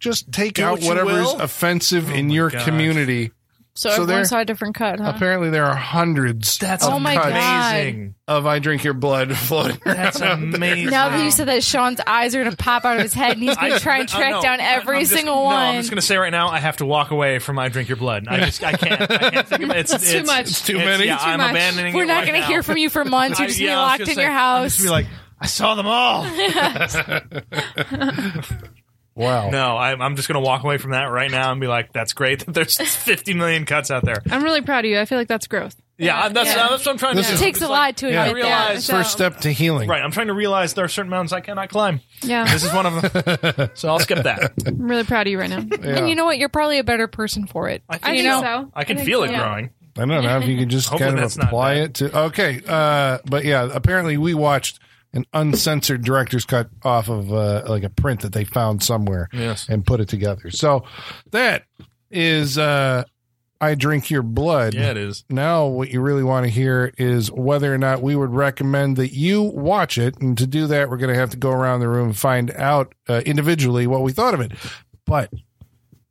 B: just take
C: Do
B: out
C: what you
B: whatever is
C: will." Oh
B: offensive in
C: my
B: your
C: gosh.
B: community.
D: So,
B: So
D: everyone
B: there-
D: saw a different cut, huh?
B: Apparently, there are hundreds
C: That's
D: Oh my
B: cuts
D: God.
C: amazing.
B: of I drink your blood floating around.
C: That's amazing.
D: Now that you said that, Sean's eyes are going to pop out of his head, and he's going to try and
C: I- I-
D: track
C: uh, no,
D: down
C: I-
D: every
C: I'm just-
D: single
C: no,
D: one.
C: I'm just gonna say right now, I have to walk away from "I Drink Your Blood." I just, I can't. I can't think of it. It's,
E: It's too much. It's
B: too many.
C: Yeah,
B: It's
E: too
C: I'm
E: much.
C: abandoning.
D: We're
C: it
D: not
C: right
D: going to
C: now.
D: hear from you for months. You're just
C: I-
D: going to
C: yeah,
D: be
C: I was
D: locked
C: gonna
D: in
C: say,
D: your
C: I'm just
D: house.
C: gonna be like, I saw them all.
B: Wow.
C: No, I, I'm just going to walk away from that right now and be like, "That's great that there's 50 million cuts out there."
E: I'm really proud of you. I feel like that's growth.
C: Yeah, that's
D: Yeah.
C: that's what I'm trying
B: This
C: to.
D: it
B: is-
C: do.
D: takes a
C: It's
D: lot to
B: Yeah.
D: admit that.
C: realize-
B: First step to healing.
C: Right, I'm trying to realize there are certain mountains I cannot climb.
E: Yeah.
C: This is one of them, so I'll skip that.
E: I'm really proud of you right now.
B: Yeah.
D: And you know what? You're probably a better person for it.
C: I
E: I
C: you
E: think
C: know,
E: so.
C: I can
E: think
C: feel
E: so.
C: it
E: Yeah.
C: growing.
B: I don't know if you could just
C: Hopefully
B: kind of
C: that's not
B: apply
C: bad.
B: it to. Okay. Uh, but yeah, apparently we watched an uncensored director's cut off of uh, like a print that they found somewhere
C: Yes.
B: and put it together. So that is uh, I Drink Your Blood.
C: Yeah, it is.
B: Now, what you really want to hear is whether or not we would recommend that you watch it. And to do that, we're going to have to go around the room and find out uh, individually what we thought of it. But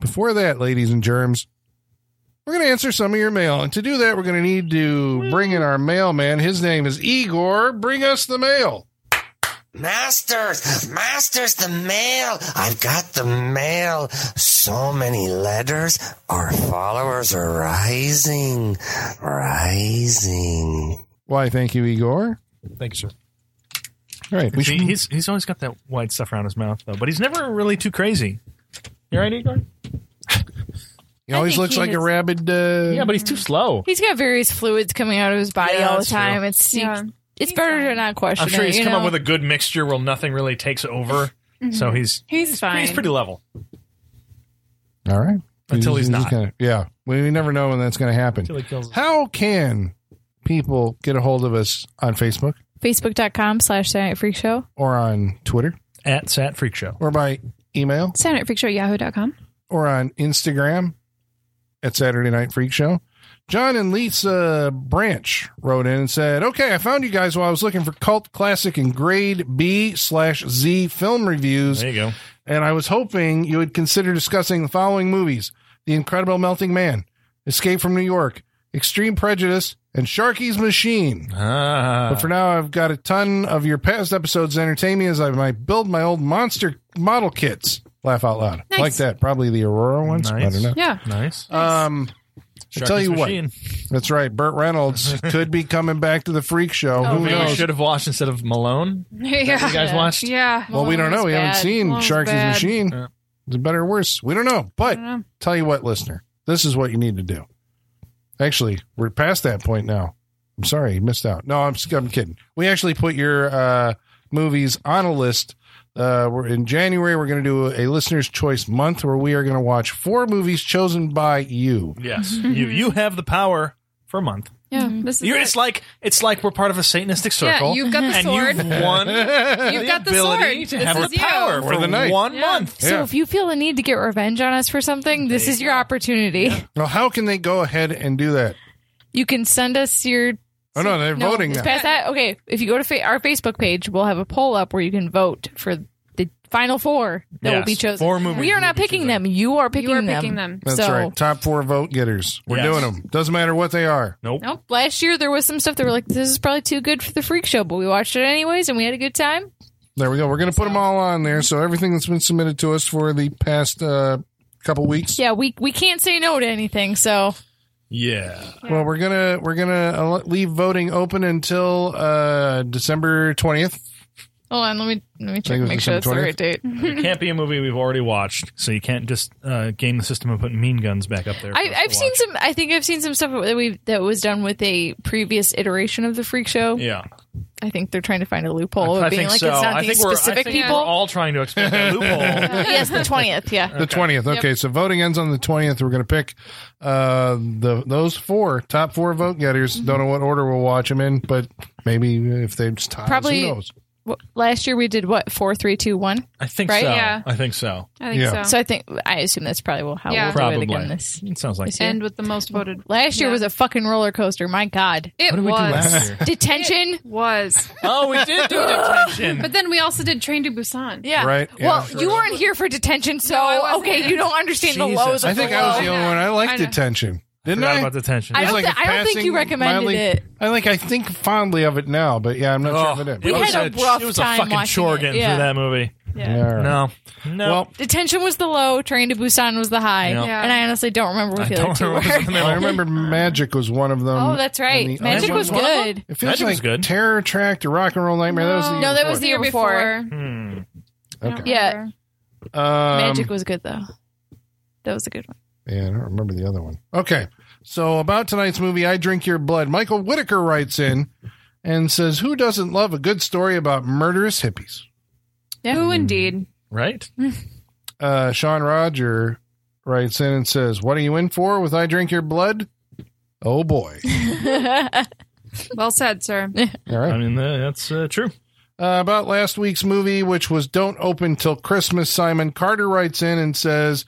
B: before that, ladies and germs, we're going to answer some of your mail. And to do that, we're going to need to bring in our mailman. His name is Igor. Bring us the mail.
G: Masters, masters, the mail. I've got the mail. So many letters. Our followers are rising, rising.
B: Why, thank you, Igor.
C: Thank you, sir.
B: All right. We
C: See,
B: should,
C: he's he's always got that white stuff around his mouth though, but he's never really too crazy. You right, Igor?
B: he always
D: think
B: looks
D: he
B: like a
D: is-
B: rabid. Uh,
C: Yeah, but he's too slow.
D: He's got various fluids coming out of his body
C: Yeah,
D: all the
C: that's
D: time. It's you-
E: Yeah.
D: it's better to not question
C: I'm sure
D: it,
C: he's
D: you
C: come
D: know? Mm-hmm.
C: up with a good mixture where nothing really takes over. So he's
E: He's fine.
C: he's pretty level.
B: All right.
C: Until he's
B: just
C: not.
B: Kinda, yeah. We, we never know when that's going to happen.
C: Until he kills us.
B: How can people get a hold of us on Facebook
D: Facebook.com slash Saturday Night Freak Show.
B: or on Twitter
C: At Sat Freak Show.
B: or by email
E: Saturday Night Freak Show at yahoo.com.
B: or on Instagram at Saturday Night Freak Show? John and Lisa Branch wrote in and said, Okay, I found you guys while I was looking for cult classic and grade B slash Z film reviews.
C: There you go.
B: and I was hoping you would consider discussing the following movies The Incredible Melting Man, Escape from New York, Extreme Prejudice, and Sharky's Machine.
C: Ah,
B: But for now, I've got a ton of your past episodes to entertain me as I might build my old monster model kits. Laugh out loud.
E: Nice.
B: Like that. Probably the Aurora ones. I
C: Nice.
B: don't know.
E: Yeah.
C: nice.
B: Um, I tell you what, that's right. Burt Reynolds could be coming back to the freak show. Who
C: Maybe we
B: knows?
C: should have watched instead of Malone.
E: yeah.
C: You guys
D: Yeah.
C: watched?
E: Yeah.
B: Well, we don't know. We haven't seen
E: Malone's
B: Sharky's
E: bad.
B: Machine.
C: Yeah.
B: Is it better or worse? We don't know. But
E: don't know.
B: tell you what, listener, this is what you need to do. Actually, we're past that point now. I'm sorry, you missed out. No, I'm s- I'm kidding. We actually put your uh, movies on a list. Uh, we're in January. We're going to do a listener's choice month where we are going to watch four movies chosen by you.
C: Yes, you you have the power for a month.
E: Yeah,
B: mm-hmm.
E: this is
F: You're,
E: it.
F: it's like it's like we're part of a Satanistic circle.
E: yeah. You've got the
F: and
E: sword.
F: you've won.
E: You've got the sword.
F: ability
E: This
F: to have
E: is
F: the power
E: you.
B: For
F: for
B: the night.
F: one
E: Yeah.
F: month.
D: So if you feel the need to get revenge on us for something, this is your opportunity.
B: Now, how can they go ahead and do that?
D: You can send us your
B: Oh no, they're voting
D: it's
B: now.
D: Past that, okay. If you go to fa- our Facebook page, we'll have a poll up where you can vote for the final four that will
C: Yes,
D: be chosen.
C: four movies
D: we are
C: will
D: not
C: be
D: picking
C: chosen.
D: them. You are picking
E: You are
D: them.
E: picking them.
B: That's
D: so,
B: right. Top four vote getters. We're
C: Yes.
B: doing them. Doesn't matter what they are.
C: Nope.
D: Nope. Last year there was some stuff that were like, this is probably too good for the freak show, but we watched it anyways and we had a good time.
B: There we go. We're going to put them all on there. So everything that's been submitted to us for the past uh, couple weeks.
D: Yeah, we we can't say no to anything. So
C: Yeah.
B: Well, we're gonna we're gonna uh, le- leave voting open until uh, December twentieth.
D: hold on, let me let me
B: I
D: check
B: think it
D: and
B: was
D: make sure that's the
B: December
D: right date.
C: It can't be a movie we've already watched, so you can't just uh, game the system and put Mean Guns back up there. for
D: I,
C: us to
D: I've seen
C: watch.
D: some. I think I've seen some stuff that we that was done with a previous iteration of the freak show.
C: Yeah,
D: I think they're trying to find a loophole of
C: I
D: being
C: think
D: like
C: so.
D: it's not
C: I
D: these
C: think we're,
D: specific
C: I think
D: people.
C: we're all trying to exploit that loophole.
D: yes, the twentieth. Yeah.
B: The twentieth. Okay, so voting ends on the twentieth. We're gonna pick uh, the those four top four vote getters.
D: Mm-hmm.
B: Don't know what order we'll watch them in, but maybe if they just tie,
D: Probably-
B: who knows?
D: Wh- Last year we did what four, three, two, one.
C: I think
D: Right?
C: so.
E: Yeah.
C: I think so.
E: I think
B: Yeah.
E: so.
D: So I think I assume that's probably how
E: Yeah.
D: we'll
C: Probably.
D: do it again this.
C: It sounds like
D: this year.
E: and with the most voted.
D: last year
E: Yeah.
D: was a fucking roller coaster. My God,
E: It
C: What did we do last
E: was.
C: year?
D: detention.
E: Was.
C: oh, we did do detention.
E: But then we also did Train to Busan.
D: yeah.
B: Right, yeah.
D: Well, you weren't here for detention, so
E: No, I wasn't.
D: okay, you don't understand the
C: Jesus.
D: lows. Of
B: I think
D: the
B: I was
D: low.
B: the only one. I liked
E: I know.
B: detention. Didn't
C: Forgot
B: I?
C: about detention.
D: I
B: It was
D: don't
B: like
D: thi- I don't think
B: passing
D: you recommended
B: mildly-
D: it.
B: I like. I think fondly of it now, but yeah, I'm not
C: Oh,
B: sure if it
C: it
B: did.
D: We
C: was
D: had a
C: a,
D: rough
C: it was a
D: time
C: fucking
D: watching
C: chore
D: it,
C: getting
D: yeah.
C: through that movie.
B: Yeah, all right.
C: No, no.
B: Well,
D: Detention was the low. Train to Busan was the high.
C: Yeah.
E: Yeah.
D: And I honestly don't remember
C: I
D: what the other
C: don't
D: two
C: remember. what the
D: were.
B: I
C: middle-
B: remember Magic was one of them.
D: Oh, that's
B: And
D: right.
B: the
D: Magic
B: other
D: was
B: one-
D: good.
B: It feels
C: Magic
B: like
C: was good.
B: Terror Track to Rock and Roll Nightmare. That was the year
D: No, that was
B: before.
D: the year before.
C: Hmm.
B: Okay.
D: Yeah.
B: Um,
D: Magic was good though. That was a good one.
B: Yeah, I don't remember the other one. Okay. So about tonight's movie, I Drink Your Blood. Michael Whitaker writes in and says, Who doesn't love a good story about murderous hippies?
E: Who indeed?
C: Right?
B: Uh, Sean Roger writes in and says, What are you in for with I Drink Your Blood? Oh boy.
E: Well said, sir.
B: All right.
C: I mean, uh, that's uh, true.
B: Uh, about last week's movie, which was Don't Open Till Christmas, Simon Carter writes in and says,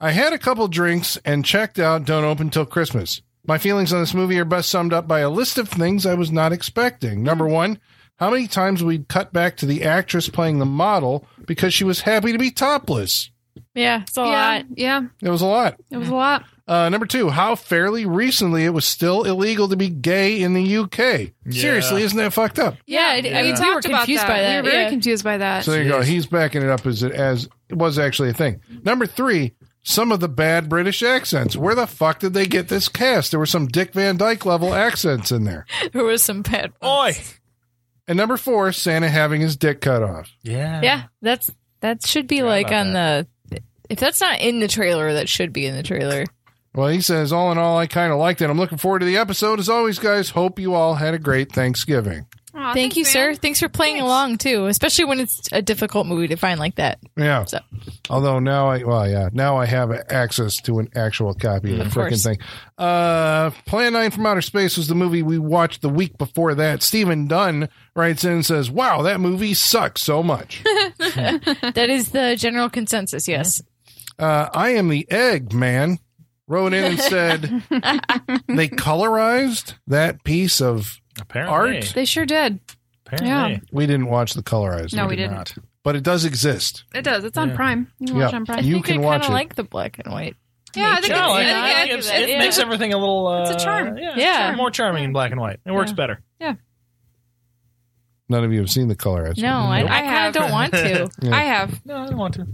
B: I had a couple drinks and checked out Don't Open Till Christmas. My feelings on this movie are best summed up by a list of things I was not expecting. Number one, how many times we cut back to the actress playing the model because she was happy to be topless.
D: Yeah, it's a
E: yeah,
D: lot.
E: yeah.
B: It was a lot.
E: It was a lot.
B: Uh, number two, how fairly recently it was still illegal to be gay in the UK. Seriously, isn't that fucked up?
D: Yeah, it- I mean, we were confused by that.
E: We were very
D: yeah.
E: confused by that.
B: So there you go. He's backing it up as it as it was actually a thing. Number three, some of the bad British accents. Where the fuck did they get this cast? There were some Dick Van Dyke level accents in there.
D: there was some bad.
C: Oi.
B: And number four, Santa having his dick cut off.
C: Yeah.
B: Uh,
D: Yeah, that's that should be like on the. If that's not in the trailer, that should be in the trailer.
B: Well, he says, all in all, I kind of liked it. I'm looking forward to the episode. As always, guys, hope you all had a great Thanksgiving.
E: Aw,
D: Thank you,
E: thanks,
D: sir.
E: man.
D: Thanks for playing along too, especially when it's a difficult movie to find like that.
B: Yeah.
D: So-
B: Although now I well yeah now I have access to an actual copy of the
D: Of
B: freaking
D: course.
B: thing. Uh, Plan Nine from Outer Space was the movie we watched the week before that. Stephen Dunn writes in and says, "Wow, that movie sucks so much."
D: that is the general consensus. Yes,
B: uh, I am the egg man. Wrote in and said they colorized that piece of.
C: Apparently.
B: Art.
E: They sure did.
C: Apparently.
B: We didn't watch the colorized.
E: No, we
B: did
E: didn't.
B: not. But it does exist.
E: It does. It's on Prime. You can
B: Yeah.
E: watch it on
D: I
E: Prime.
B: You
D: think
B: can
D: I
B: watch
D: kinda
B: it.
D: like the black and white.
E: Yeah, I think
C: No, I,
E: it's- I
C: I
E: think I
C: think
E: like
C: it's,
E: that.
C: it
E: Yeah.
C: makes everything a little. Uh,
E: It's a charm.
C: Yeah,
D: Yeah.
C: It's more charming in black and white. It works better.
B: None of you have seen the colorized.
D: No, I, I
E: I
D: kind of
E: have.
D: don't want to.
B: Yeah.
E: I have.
C: No, I don't want to.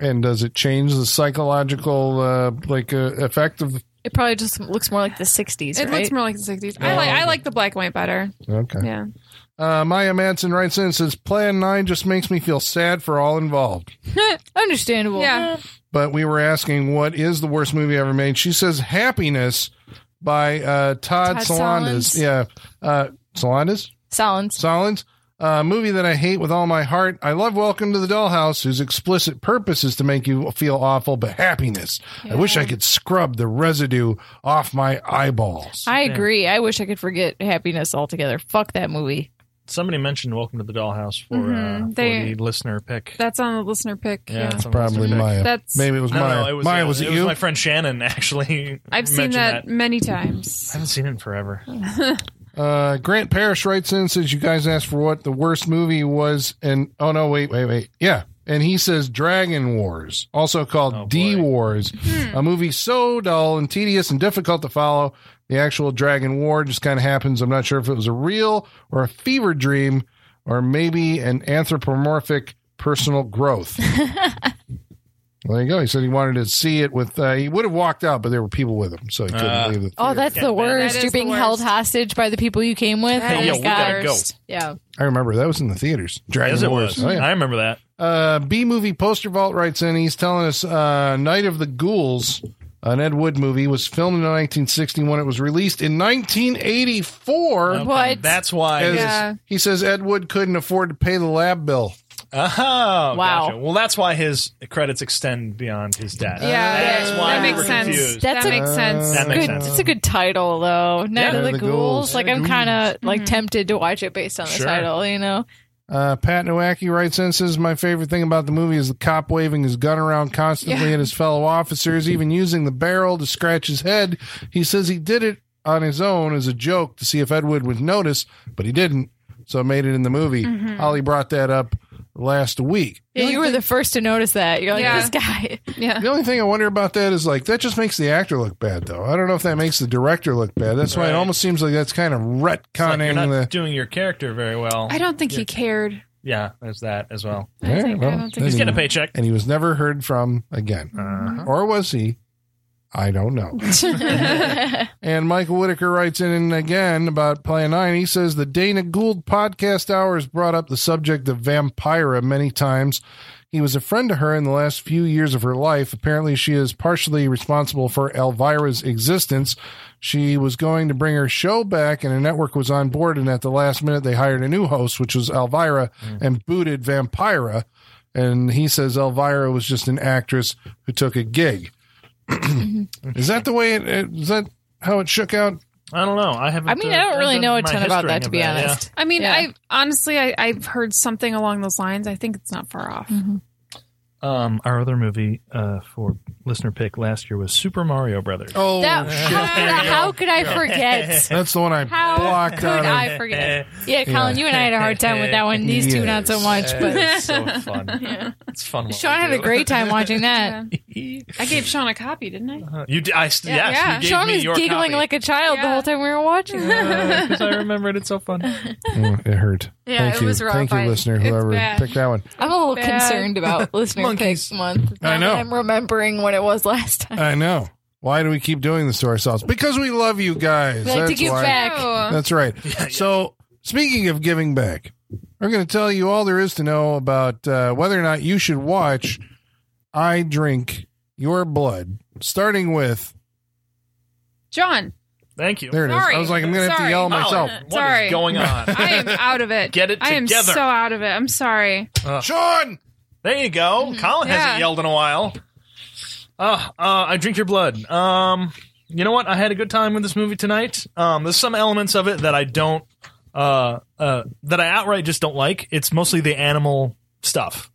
B: And does it change the psychological uh, like uh, effect of?
D: It probably just looks more like the '60s.
E: It
D: right?
E: looks more like the sixties. I like I like the black and white better.
B: Okay.
E: Yeah.
B: Uh, Maya Manson writes in and says, Plan 9 just makes me feel sad for all involved.
D: understandable.
E: Yeah.
B: But we were asking, what is the worst movie ever made? She says, Happiness, by uh, Todd,
D: Todd
B: Salandas.
D: Solondz.
B: Yeah, uh, Salandas.
D: Silence.
B: Solins. A movie that I hate with all my heart. I love Welcome to the Dollhouse, whose explicit purpose is to make you feel awful but happiness. I wish I could scrub the residue off my eyeballs.
D: I agree. I wish I could forget happiness altogether. Fuck that movie.
C: Somebody mentioned Welcome to the Dollhouse for, uh,
E: Mhm.
C: for the
E: They-
C: listener pick.
E: That's on the listener pick. Yeah.
C: it's on the
B: Probably
C: listener pick.
B: Maya.
E: That's-
B: Maybe it was
C: No,
B: Maya.
C: no, it was,
B: Maya,
C: uh,
B: was it, you?
C: was my friend Shannon, actually.
E: I've seen
C: mentioned
E: that,
C: I
E: many times.
C: haven't seen it in forever.
B: Uh, Grant Parrish writes in says you guys asked for what the worst movie was, and oh no, wait, wait, wait, yeah, and he says Dragon Wars, also called
C: Oh, boy.
B: D Wars, a movie so dull and tedious and difficult to follow. The actual Dragon War just kind of happens. I'm not sure if it was a real or a fever dream, or maybe an anthropomorphic personal growth. There you go. He said he wanted to see it with. Uh, he would have walked out, but there were people with him, so he couldn't
C: Ah.
B: leave. The
D: Oh,
B: theater.
D: that's the worst.
E: is
D: You're
E: the
D: being held
E: worst.
D: hostage by the people you came with.
E: That
D: oh
E: is
D: my
C: yeah, we gotta
D: god.
C: go.
D: Yeah.
B: I remember that was in the theaters. Dragon
C: Yes, it
B: Wars.
C: was.
B: Oh, yeah.
C: I remember that.
B: Uh, B movie poster vault writes in. He's telling us uh, Night of the Ghouls, an Ed Wood movie, was filmed in 1961. It was released in 1984.
C: Okay,
D: What?
C: That's why.
B: As-
E: Yeah.
B: He says Ed Wood couldn't afford to pay the lab bill.
C: Oh,
D: Wow.
C: gotcha. Well, that's why his credits extend beyond his death.
E: yeah,
C: that's
E: that,
C: why
E: that
C: we
E: makes
C: were
E: sense.
C: confused.
E: That
D: That's a-
E: makes sense.
C: That makes
D: good.
C: sense.
D: It's a good title though. Night
B: Yeah.
D: of the,
B: The
D: Ghouls. Mm-hmm.
B: Ghouls.
D: Like I'm kind of like tempted to watch it based on the
C: Sure.
D: title. You know.
B: Uh, Pat Nowacki writes in says my favorite thing about the movie is the cop waving his gun around constantly at his fellow officers, even using the barrel to scratch his head. He says he did it on his own as a joke to see if Ed Wood would notice, but he didn't, so made it in the movie.
E: Mm-hmm.
B: Ollie brought that up last week.
D: Yeah, you were the first to notice that. You're like
E: Yeah.
D: this guy.
E: Yeah.
B: The only thing I wonder about that is like that just makes the actor look bad, though. I don't know if that makes the director look bad. That's why
C: Right.
B: it almost seems like that's kind of
C: It's like
B: retconning
C: you're not
B: the.
C: doing your character very well.
E: I don't think he cared.
C: yeah, there's that as well.
B: Yeah,
E: think- I
B: well,
E: don't think
B: then
E: he's
C: He's
B: he-
C: getting a paycheck.
B: and he was never heard from again. Or was he? I don't know. and Michael Whitaker writes in again about Plan 9. He says the Dana Gould podcast hour has brought up the subject of Vampira many times. He was a friend to her in the last few years of her life. Apparently, she is partially responsible for Elvira's existence. She was going to bring her show back, and a network was on board. And at the last minute, they hired a new host, which was Elvira, and booted Vampira. And he says Elvira was just an actress who took a gig. is that the way it- it? Is that how it shook out?
C: Uh, I don't know. I haven't.
D: I mean,
C: uh,
D: I don't really
C: done
D: know
C: my
D: a ton about
C: history
D: that to
C: of
D: be
C: yeah.
D: honest.
E: I mean,
D: Yeah.
E: I honestly, I, I've heard something along those lines. I think it's not far
C: Mm-hmm.
E: off.
C: Um, our other movie uh, for listener pick last year was Super Mario Brothers.
B: Oh,
D: That, how, could I, how could I forget?
B: that's the one I
D: How
B: blocked
D: could
B: out. of-
D: I
C: Eh,
D: forget? Yeah, Colin, you and I had a hard time with that one. These two, not
B: Yes.
D: so much. But
C: it's so fun. It's fun. while
D: Sean
C: we
D: had a
C: do.
D: great time watching that.
E: I gave Sean a copy, didn't I?
C: You did. I, st-
E: Yeah.
C: yes,
E: Yeah.
C: You gave
D: Sean
C: me
D: was
C: your
D: giggling
C: copy.
D: like a child the
E: Yeah.
D: whole time we were watching. it.
C: because I remembered it's so fun.
B: Mm, it hurt.
E: Yeah,
B: Thank
E: it
B: you.
E: was rough.
B: Thank you,
E: I-
B: listener,
E: it's
B: whoever
E: bad.
B: picked that one.
D: I'm a little
E: Bad.
D: concerned about listener pick
C: Monkeys.
D: month.
B: I know.
D: I'm remembering what it was last time.
B: I know. Why do we keep doing this to ourselves? Because we love you guys.
D: We like
B: That's
D: to give
B: why.
D: back.
E: Oh,
B: That's right. So, speaking of giving back, we're going to tell you all there is to know about uh, whether or not you should watch I Drink Your Blood, starting with.
E: John,
C: Thank you.
B: There it is.
E: Sorry.
B: I was like, I'm going to have to
E: Sorry.
B: yell
E: Oh,
B: myself.
C: What is
E: Sorry.
C: going on?
E: I am out of it.
C: Get it
E: I am
C: together.
E: so out of it. I'm sorry.
B: Sean!
C: There you go. Colin hasn't
E: Yeah.
C: yelled in a while. Uh, uh, I drink your blood. Um, you know what? I had a good time with this movie tonight. Um, there's some elements of it that I don't, uh, uh, that I outright just don't like. It's mostly the animal stuff.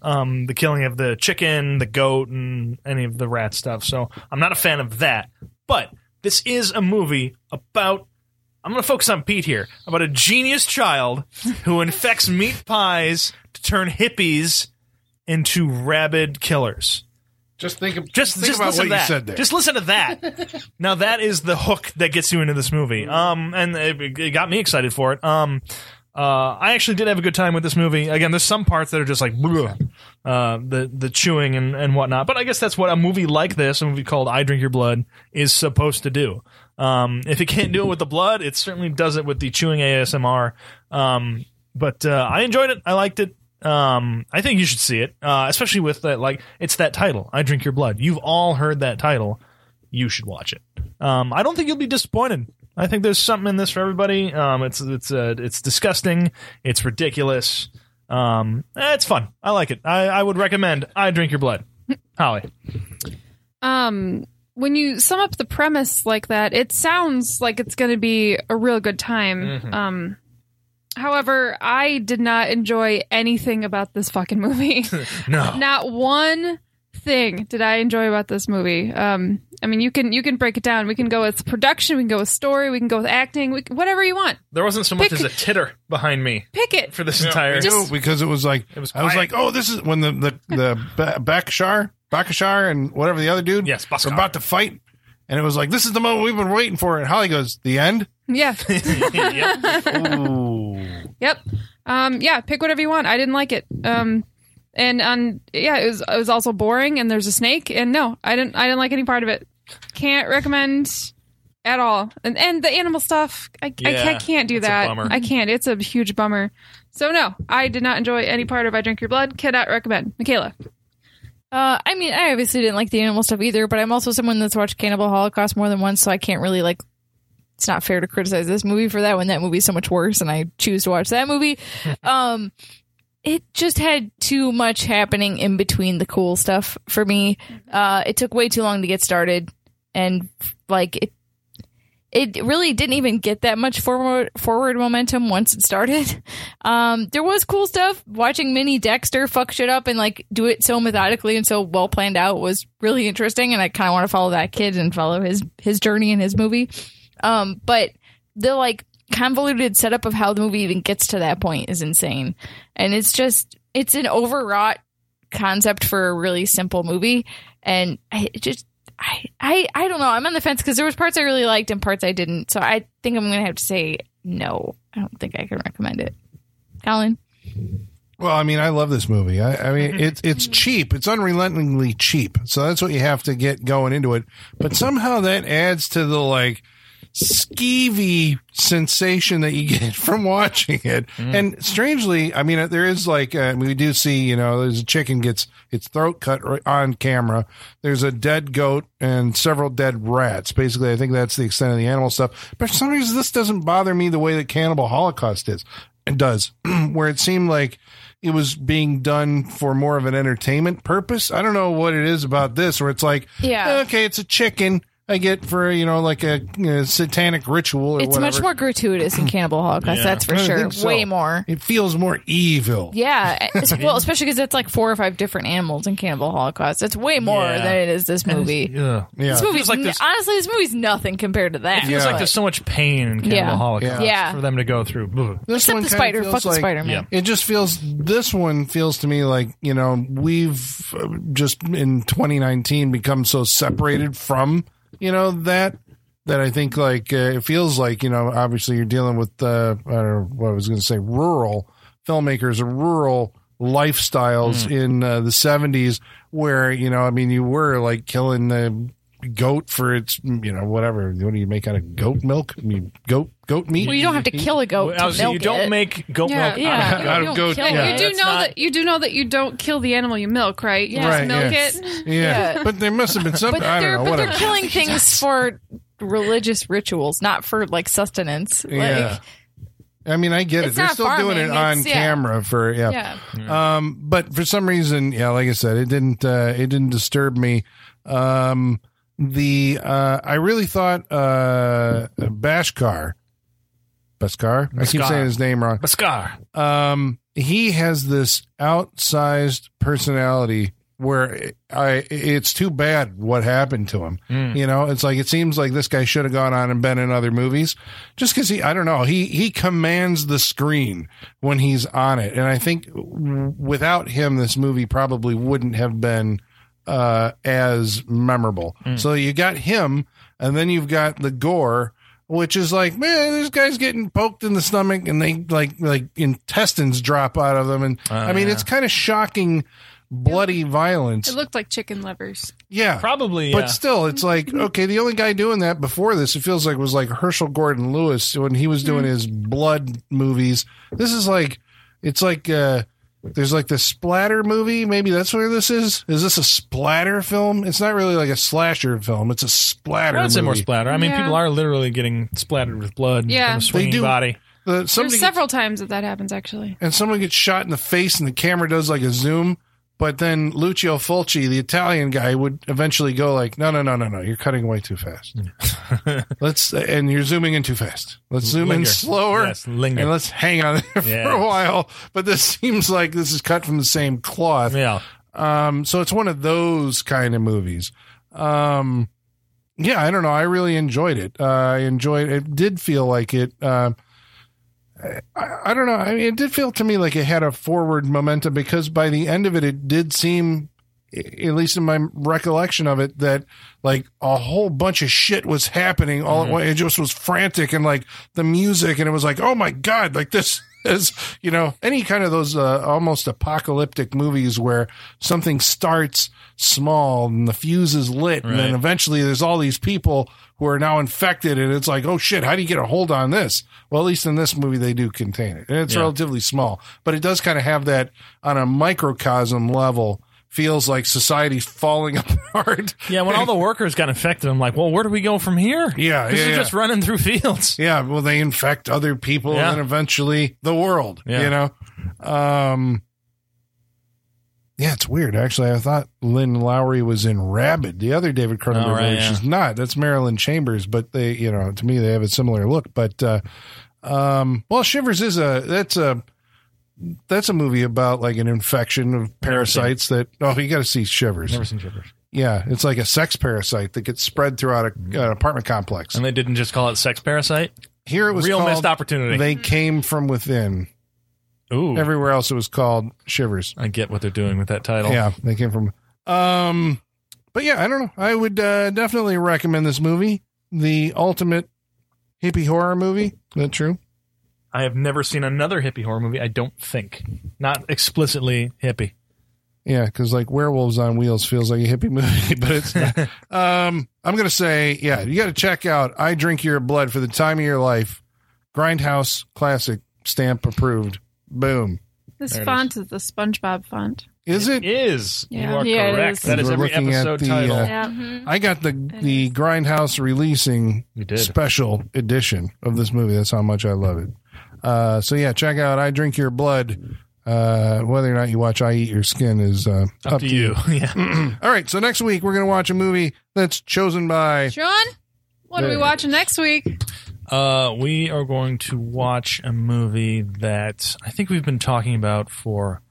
C: Um, the killing of the chicken, the goat, and any of the rat stuff. So I'm not a fan of that. But this is a movie about I'm going to focus on Pete here about a genius child who infects meat pies to turn hippies into rabid killers.
B: Just think, of,
C: Just
B: think
C: just
B: about
C: listen
B: what
C: to that.
B: you said there.
C: Just listen to that. now that is the hook that gets you into this movie. Um, and it, it got me excited for it. Um, uh, I actually did have a good time with this movie. Again, there's some parts that are just like bleh, uh, the the chewing and, and whatnot. But I guess that's what a movie like this, a movie called I Drink Your Blood, is supposed to do. Um, if it can't do it with the blood, it certainly does it with the chewing ASMR. Um, but uh, I enjoyed it. I liked it. Um, I think you should see it, uh, especially with that. Like, it's that title, "I Drink Your Blood." You've all heard that title
F: you should watch it. Um, I don't think you'll be disappointed. I think there's something in this for everybody. Um, it's it's uh, it's disgusting. It's ridiculous. Um, eh, it's fun. I like it. I, I would recommend. I drink your blood, Holly.
E: um when you sum up the premise like that it sounds like it's going to be a real good time um however i did not enjoy anything about this fucking movie
C: No.
E: not one thing did i enjoy about this movie um i mean you can you can break it down we can go with production we can go with story we can go with acting we can, whatever you want
F: There wasn't so much
E: Pick-
F: as a titter behind me
E: pick it
F: for this entire.
E: just-
B: No, because it was like
F: It was
B: I was
F: quiet.
B: like, oh, this is when the the the Ba- Bakashar, Bakashar, and whatever the other dude,
C: Yes,
B: were
C: Bhaskar.
B: about to fight, and it was like, this is the moment we've been waiting for. And Holly goes, the end.
E: yeah
C: Yep.
E: Yep. Um, yeah, pick whatever you want. I didn't like it. Um, and on yeah, it was it was also boring. And there's a snake. And no, I didn't I didn't like any part of it. Can't recommend at all. And and the animal stuff, I I,
C: Yeah,
E: can't, can't do
C: it's a
E: that.
C: bummer.
E: I can't. It's a huge bummer. So no, I did not enjoy any part of I Drink Your Blood. Cannot recommend. Michaela.
D: Uh, I mean, I obviously didn't like the animal stuff either, but I'm also someone that's watched Cannibal Holocaust more than once, so I can't really like. It's not fair to criticize this movie for that when that movie's so much worse, and I choose to watch that movie. um, it just had too much happening in between the cool stuff for me. Uh, it took way too long to get started, and like it, it really didn't even get that much forward forward momentum once it started. Um, there was cool stuff. Watching Minnie Dexter fuck shit up and like do it so methodically and so well planned out was really interesting, and I kind of want to follow that kid and follow his his journey in his movie. Um, but the like convoluted setup of how the movie even gets to that point is insane, and it's just it's an overwrought concept for a really simple movie, and I it just. I, I I don't know. I'm on the fence because there was parts I really liked and parts I didn't. So I think I'm gonna have to say no. I don't think I can recommend it. Colin.
B: Well, I mean, I love this movie. I, I
C: Mm-hmm.
B: mean, it's it's cheap. It's unrelentingly cheap. So that's what you have to get going into it. But somehow that adds to the like skeevy sensation that you get from watching it. And strangely, I mean, there is like uh, we do see, you know, there's a chicken gets its throat cut right on camera. There's a dead goat and several dead rats. Basically, I think that's the extent of the animal stuff. But for some reason, this doesn't bother me the way that Cannibal Holocaust is. It does, where it seemed like it was being done for more of an entertainment purpose. I don't know what it is about this where it's like, "Eh,
D: Yeah.
B: okay, it's a chicken I get for you know like a you know, satanic ritual. Or
D: It's
B: whatever.
D: much more gratuitous in Cannibal Holocaust, that's for
B: I
D: sure.
B: think so.
D: Way more.
B: It feels more evil.
D: Yeah. It's- well, especially because that's like four or five different animals in Cannibal Holocaust. It's way more
C: Yeah.
D: than it is this movie.
C: Yeah.
B: Yeah.
D: This movie's
C: like
D: like
C: there's-
D: honestly, this movie's nothing compared to that.
C: Feels
B: Yeah.
C: like there's so much pain in Cannibal
D: Yeah.
C: Holocaust
D: Yeah.
C: for them to go through. Ugh.
B: This
D: Except the
B: kinda
D: spider.
B: feels
D: Fuck the
B: like-
D: Spider
C: Yeah.
D: Man.
B: It just feels this one feels to me like you know we've uh, just in 2019 become so separated from you know that that I think like uh, it feels like you know obviously you're dealing with uh, I don't know what I was going to say rural filmmakers or rural lifestyles in uh, the 70s where you know I mean you were like killing the goat for its you know whatever what do you make out of goat milk I mean goat goat meat
D: Well, you don't have to kill a goat.
C: I
D: To
C: was saying,
D: milk
C: you don't
D: it.
C: make goat
E: Yeah.
C: milk.
D: Yeah.
C: out of-
D: you
B: out of
D: don't
B: goat-
D: kill
B: yeah.
D: it.
E: you do
C: that's
E: know
C: not-
E: that you do know that you don't kill the animal you milk, right? You
D: Right,
E: just milk
B: yeah.
E: it.
B: Yeah.
D: Yeah.
B: But there must have been something.
D: but
B: I
D: they're
B: don't know.
D: but
B: Whatever.
D: they're killing things for religious rituals, not for like sustenance.
B: yeah.
D: Like
B: I mean, I get it.
D: It's
B: They're
D: not
B: still doing it
D: farming,
B: on
D: it's- yeah.
B: camera for yeah.
E: Yeah.
B: Um, but for some reason, yeah, like I said, it didn't uh, it didn't disturb me. Um, the uh, I really thought uh, Bashkar, Bashkar, I keep
C: Bhaskar.
B: saying his name wrong.
C: Bhaskar.
B: um, he has this outsized personality where I it's too bad what happened to him. You know, it's like it seems like this guy should have gone on and been in other movies just cuz he I don't know, he he commands the screen when he's on it. And I think w- without him this movie probably wouldn't have been uh as memorable. So you got him and then you've got the gore which is like, man, this guy's getting poked in the stomach and they like like intestines drop out of them and I mean, it's kind of shocking bloody violence.
E: It looked like chicken livers.
B: yeah.
C: Probably, yeah.
B: But still, it's like okay. The only guy doing that before this, it feels like, was like Herschel Gordon
E: Hmm.
B: Lewis when he was doing his blood movies. This is like, it's like uh, There's like the splatter movie. Maybe that's where this is. Is this a splatter film? It's not really like a slasher film. It's a splatter.
C: I'd say more
B: movie.
C: splatter. I mean,
E: Yeah.
C: people are literally getting splattered with blood
E: Yeah.
C: from a
E: They
C: swinging
B: do.
C: body.
B: The-
E: There's
B: Uh, somebody
E: several times that that happens actually.
B: and someone gets shot in the face, and the camera does like a zoom. But then Lucio Fulci, the Italian guy, would eventually go like, "No, no, no, no, no! You're cutting away too fast. let's and you're zooming in too fast. Let's zoom in
C: Linger.
B: slower
C: Yes, linger.
B: and let's hang on there for
C: Yeah.
B: a while." But this seems like this is cut from the same cloth.
C: yeah.
B: Um, so it's one of those kind of movies. Um, yeah, I don't know. I really enjoyed it. Uh, I enjoyed it. Did feel like it. Um, I, I don't know. I mean, it did feel to me like it had a forward momentum because by the end of it, it did seem, i- at least in my recollection of it, that like a whole bunch of shit was happening all
C: Mm-hmm.
B: at once. It just was frantic and like the music, and it was like, oh my god, like this is you know any kind of those uh, almost apocalyptic movies where something starts small and the fuse is lit, and then
C: Right.
B: eventually there's all these people who are now infected, and it's like, oh shit, how do you get a hold on this? Well, at least in this movie they do contain it, and it's
C: Yeah.
B: relatively small, but it does kind of have that on a microcosm level. Feels like society's falling apart.
C: Yeah, when all the workers got infected, I'm like, well, where do we go from here?
B: Yeah,
C: This
B: yeah,
C: is
B: yeah.
C: just running through fields.
B: Yeah, well, they infect other people
C: Yeah.
B: and then eventually the world.
C: Yeah.
B: You know, um, yeah, it's weird. Actually, I thought Lynn Lowry was in Rabid, the other David Cronenberg
C: Oh, right,
B: movie.
C: yeah.
B: She's not. That's Marilyn Chambers, but they, you know, to me they have a similar look. But uh, um, well, Shivers is a that's a that's a movie about like an infection of parasites that oh you got to see Shivers.
C: Never seen Shivers.
B: Yeah, it's like a sex parasite that gets spread throughout a, an apartment complex.
C: And they didn't just call it sex parasite.
B: Here it was
C: Real
B: called,
C: missed opportunity.
B: they came from within.
C: Ooh,
B: Everywhere else it was called Shivers.
C: I get what they're doing with that title.
B: Yeah, they came from. Um, but yeah, I don't know. I would uh, definitely recommend this movie, the ultimate hippie horror movie. Is that true?
C: I have never seen another hippie horror movie. I don't think, not explicitly hippie.
B: Yeah, because like Werewolves on Wheels feels like a hippie movie, but it's not. um, I'm gonna say, yeah, you got to check out "I Drink Your Blood" for the time of your life. Grindhouse classic, stamp approved. Boom.
E: This
C: There it
E: font is. the SpongeBob font.
B: Is it?
C: Is
E: Yeah.
C: you are
D: Yeah, it
C: correct.
D: is.
C: That is
B: We're
C: every
B: looking at
C: episode
B: the,
C: title.
B: uh,
E: Yeah.
B: I got the the Grindhouse releasing
C: you did.
B: special edition of this movie. That's how much I love it. Uh, so yeah, check out "I Drink Your Blood." Uh, whether or not you watch "I Eat Your Skin" is uh, up,
C: Up to you. yeah.
B: All right, so next week we're gonna watch a movie that's chosen by
E: Sean, what are we
B: There.
E: watching next week?
C: Uh, we are going to watch a movie that I think we've been talking about for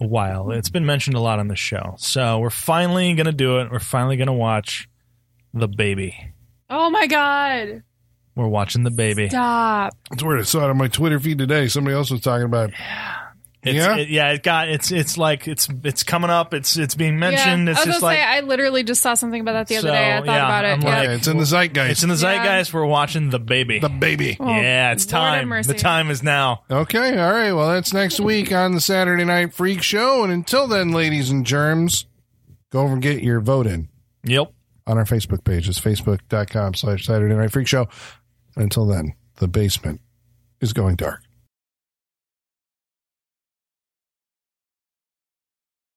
C: a while. It's been mentioned a lot on the show. So we're finally going to do it. We're finally going to watch The Baby.
E: Oh my god.
C: We're watching The Baby.
E: Stop.
B: it's weird. I saw it on my Twitter feed today. Somebody else was talking about it.
C: It's,
B: Yeah?
C: It, yeah, it got it's it's like it's it's coming up. It's it's being mentioned.
E: yeah.
C: It's
E: I was
C: just
E: gonna
C: like
E: say I literally just saw something about that the other
C: So,
E: day. I thought
C: yeah,
E: about
C: I'm like-
E: it. Yeah.
B: Yeah, it's in the zeitgeist.
C: it's in the
E: Yeah.
C: zeitgeist. We're watching The Baby.
B: the baby.
E: Oh,
C: yeah, it's
E: Lord have
C: time.
E: mercy.
C: The time is now.
B: Okay, all right. Well, that's next week on the Saturday Night Freak Show. And until then, ladies and germs, go over and get your vote in.
C: Yep.
B: on our Facebook page. It's facebook.com slash Saturday Night Freak Show. Until then, the basement is going dark.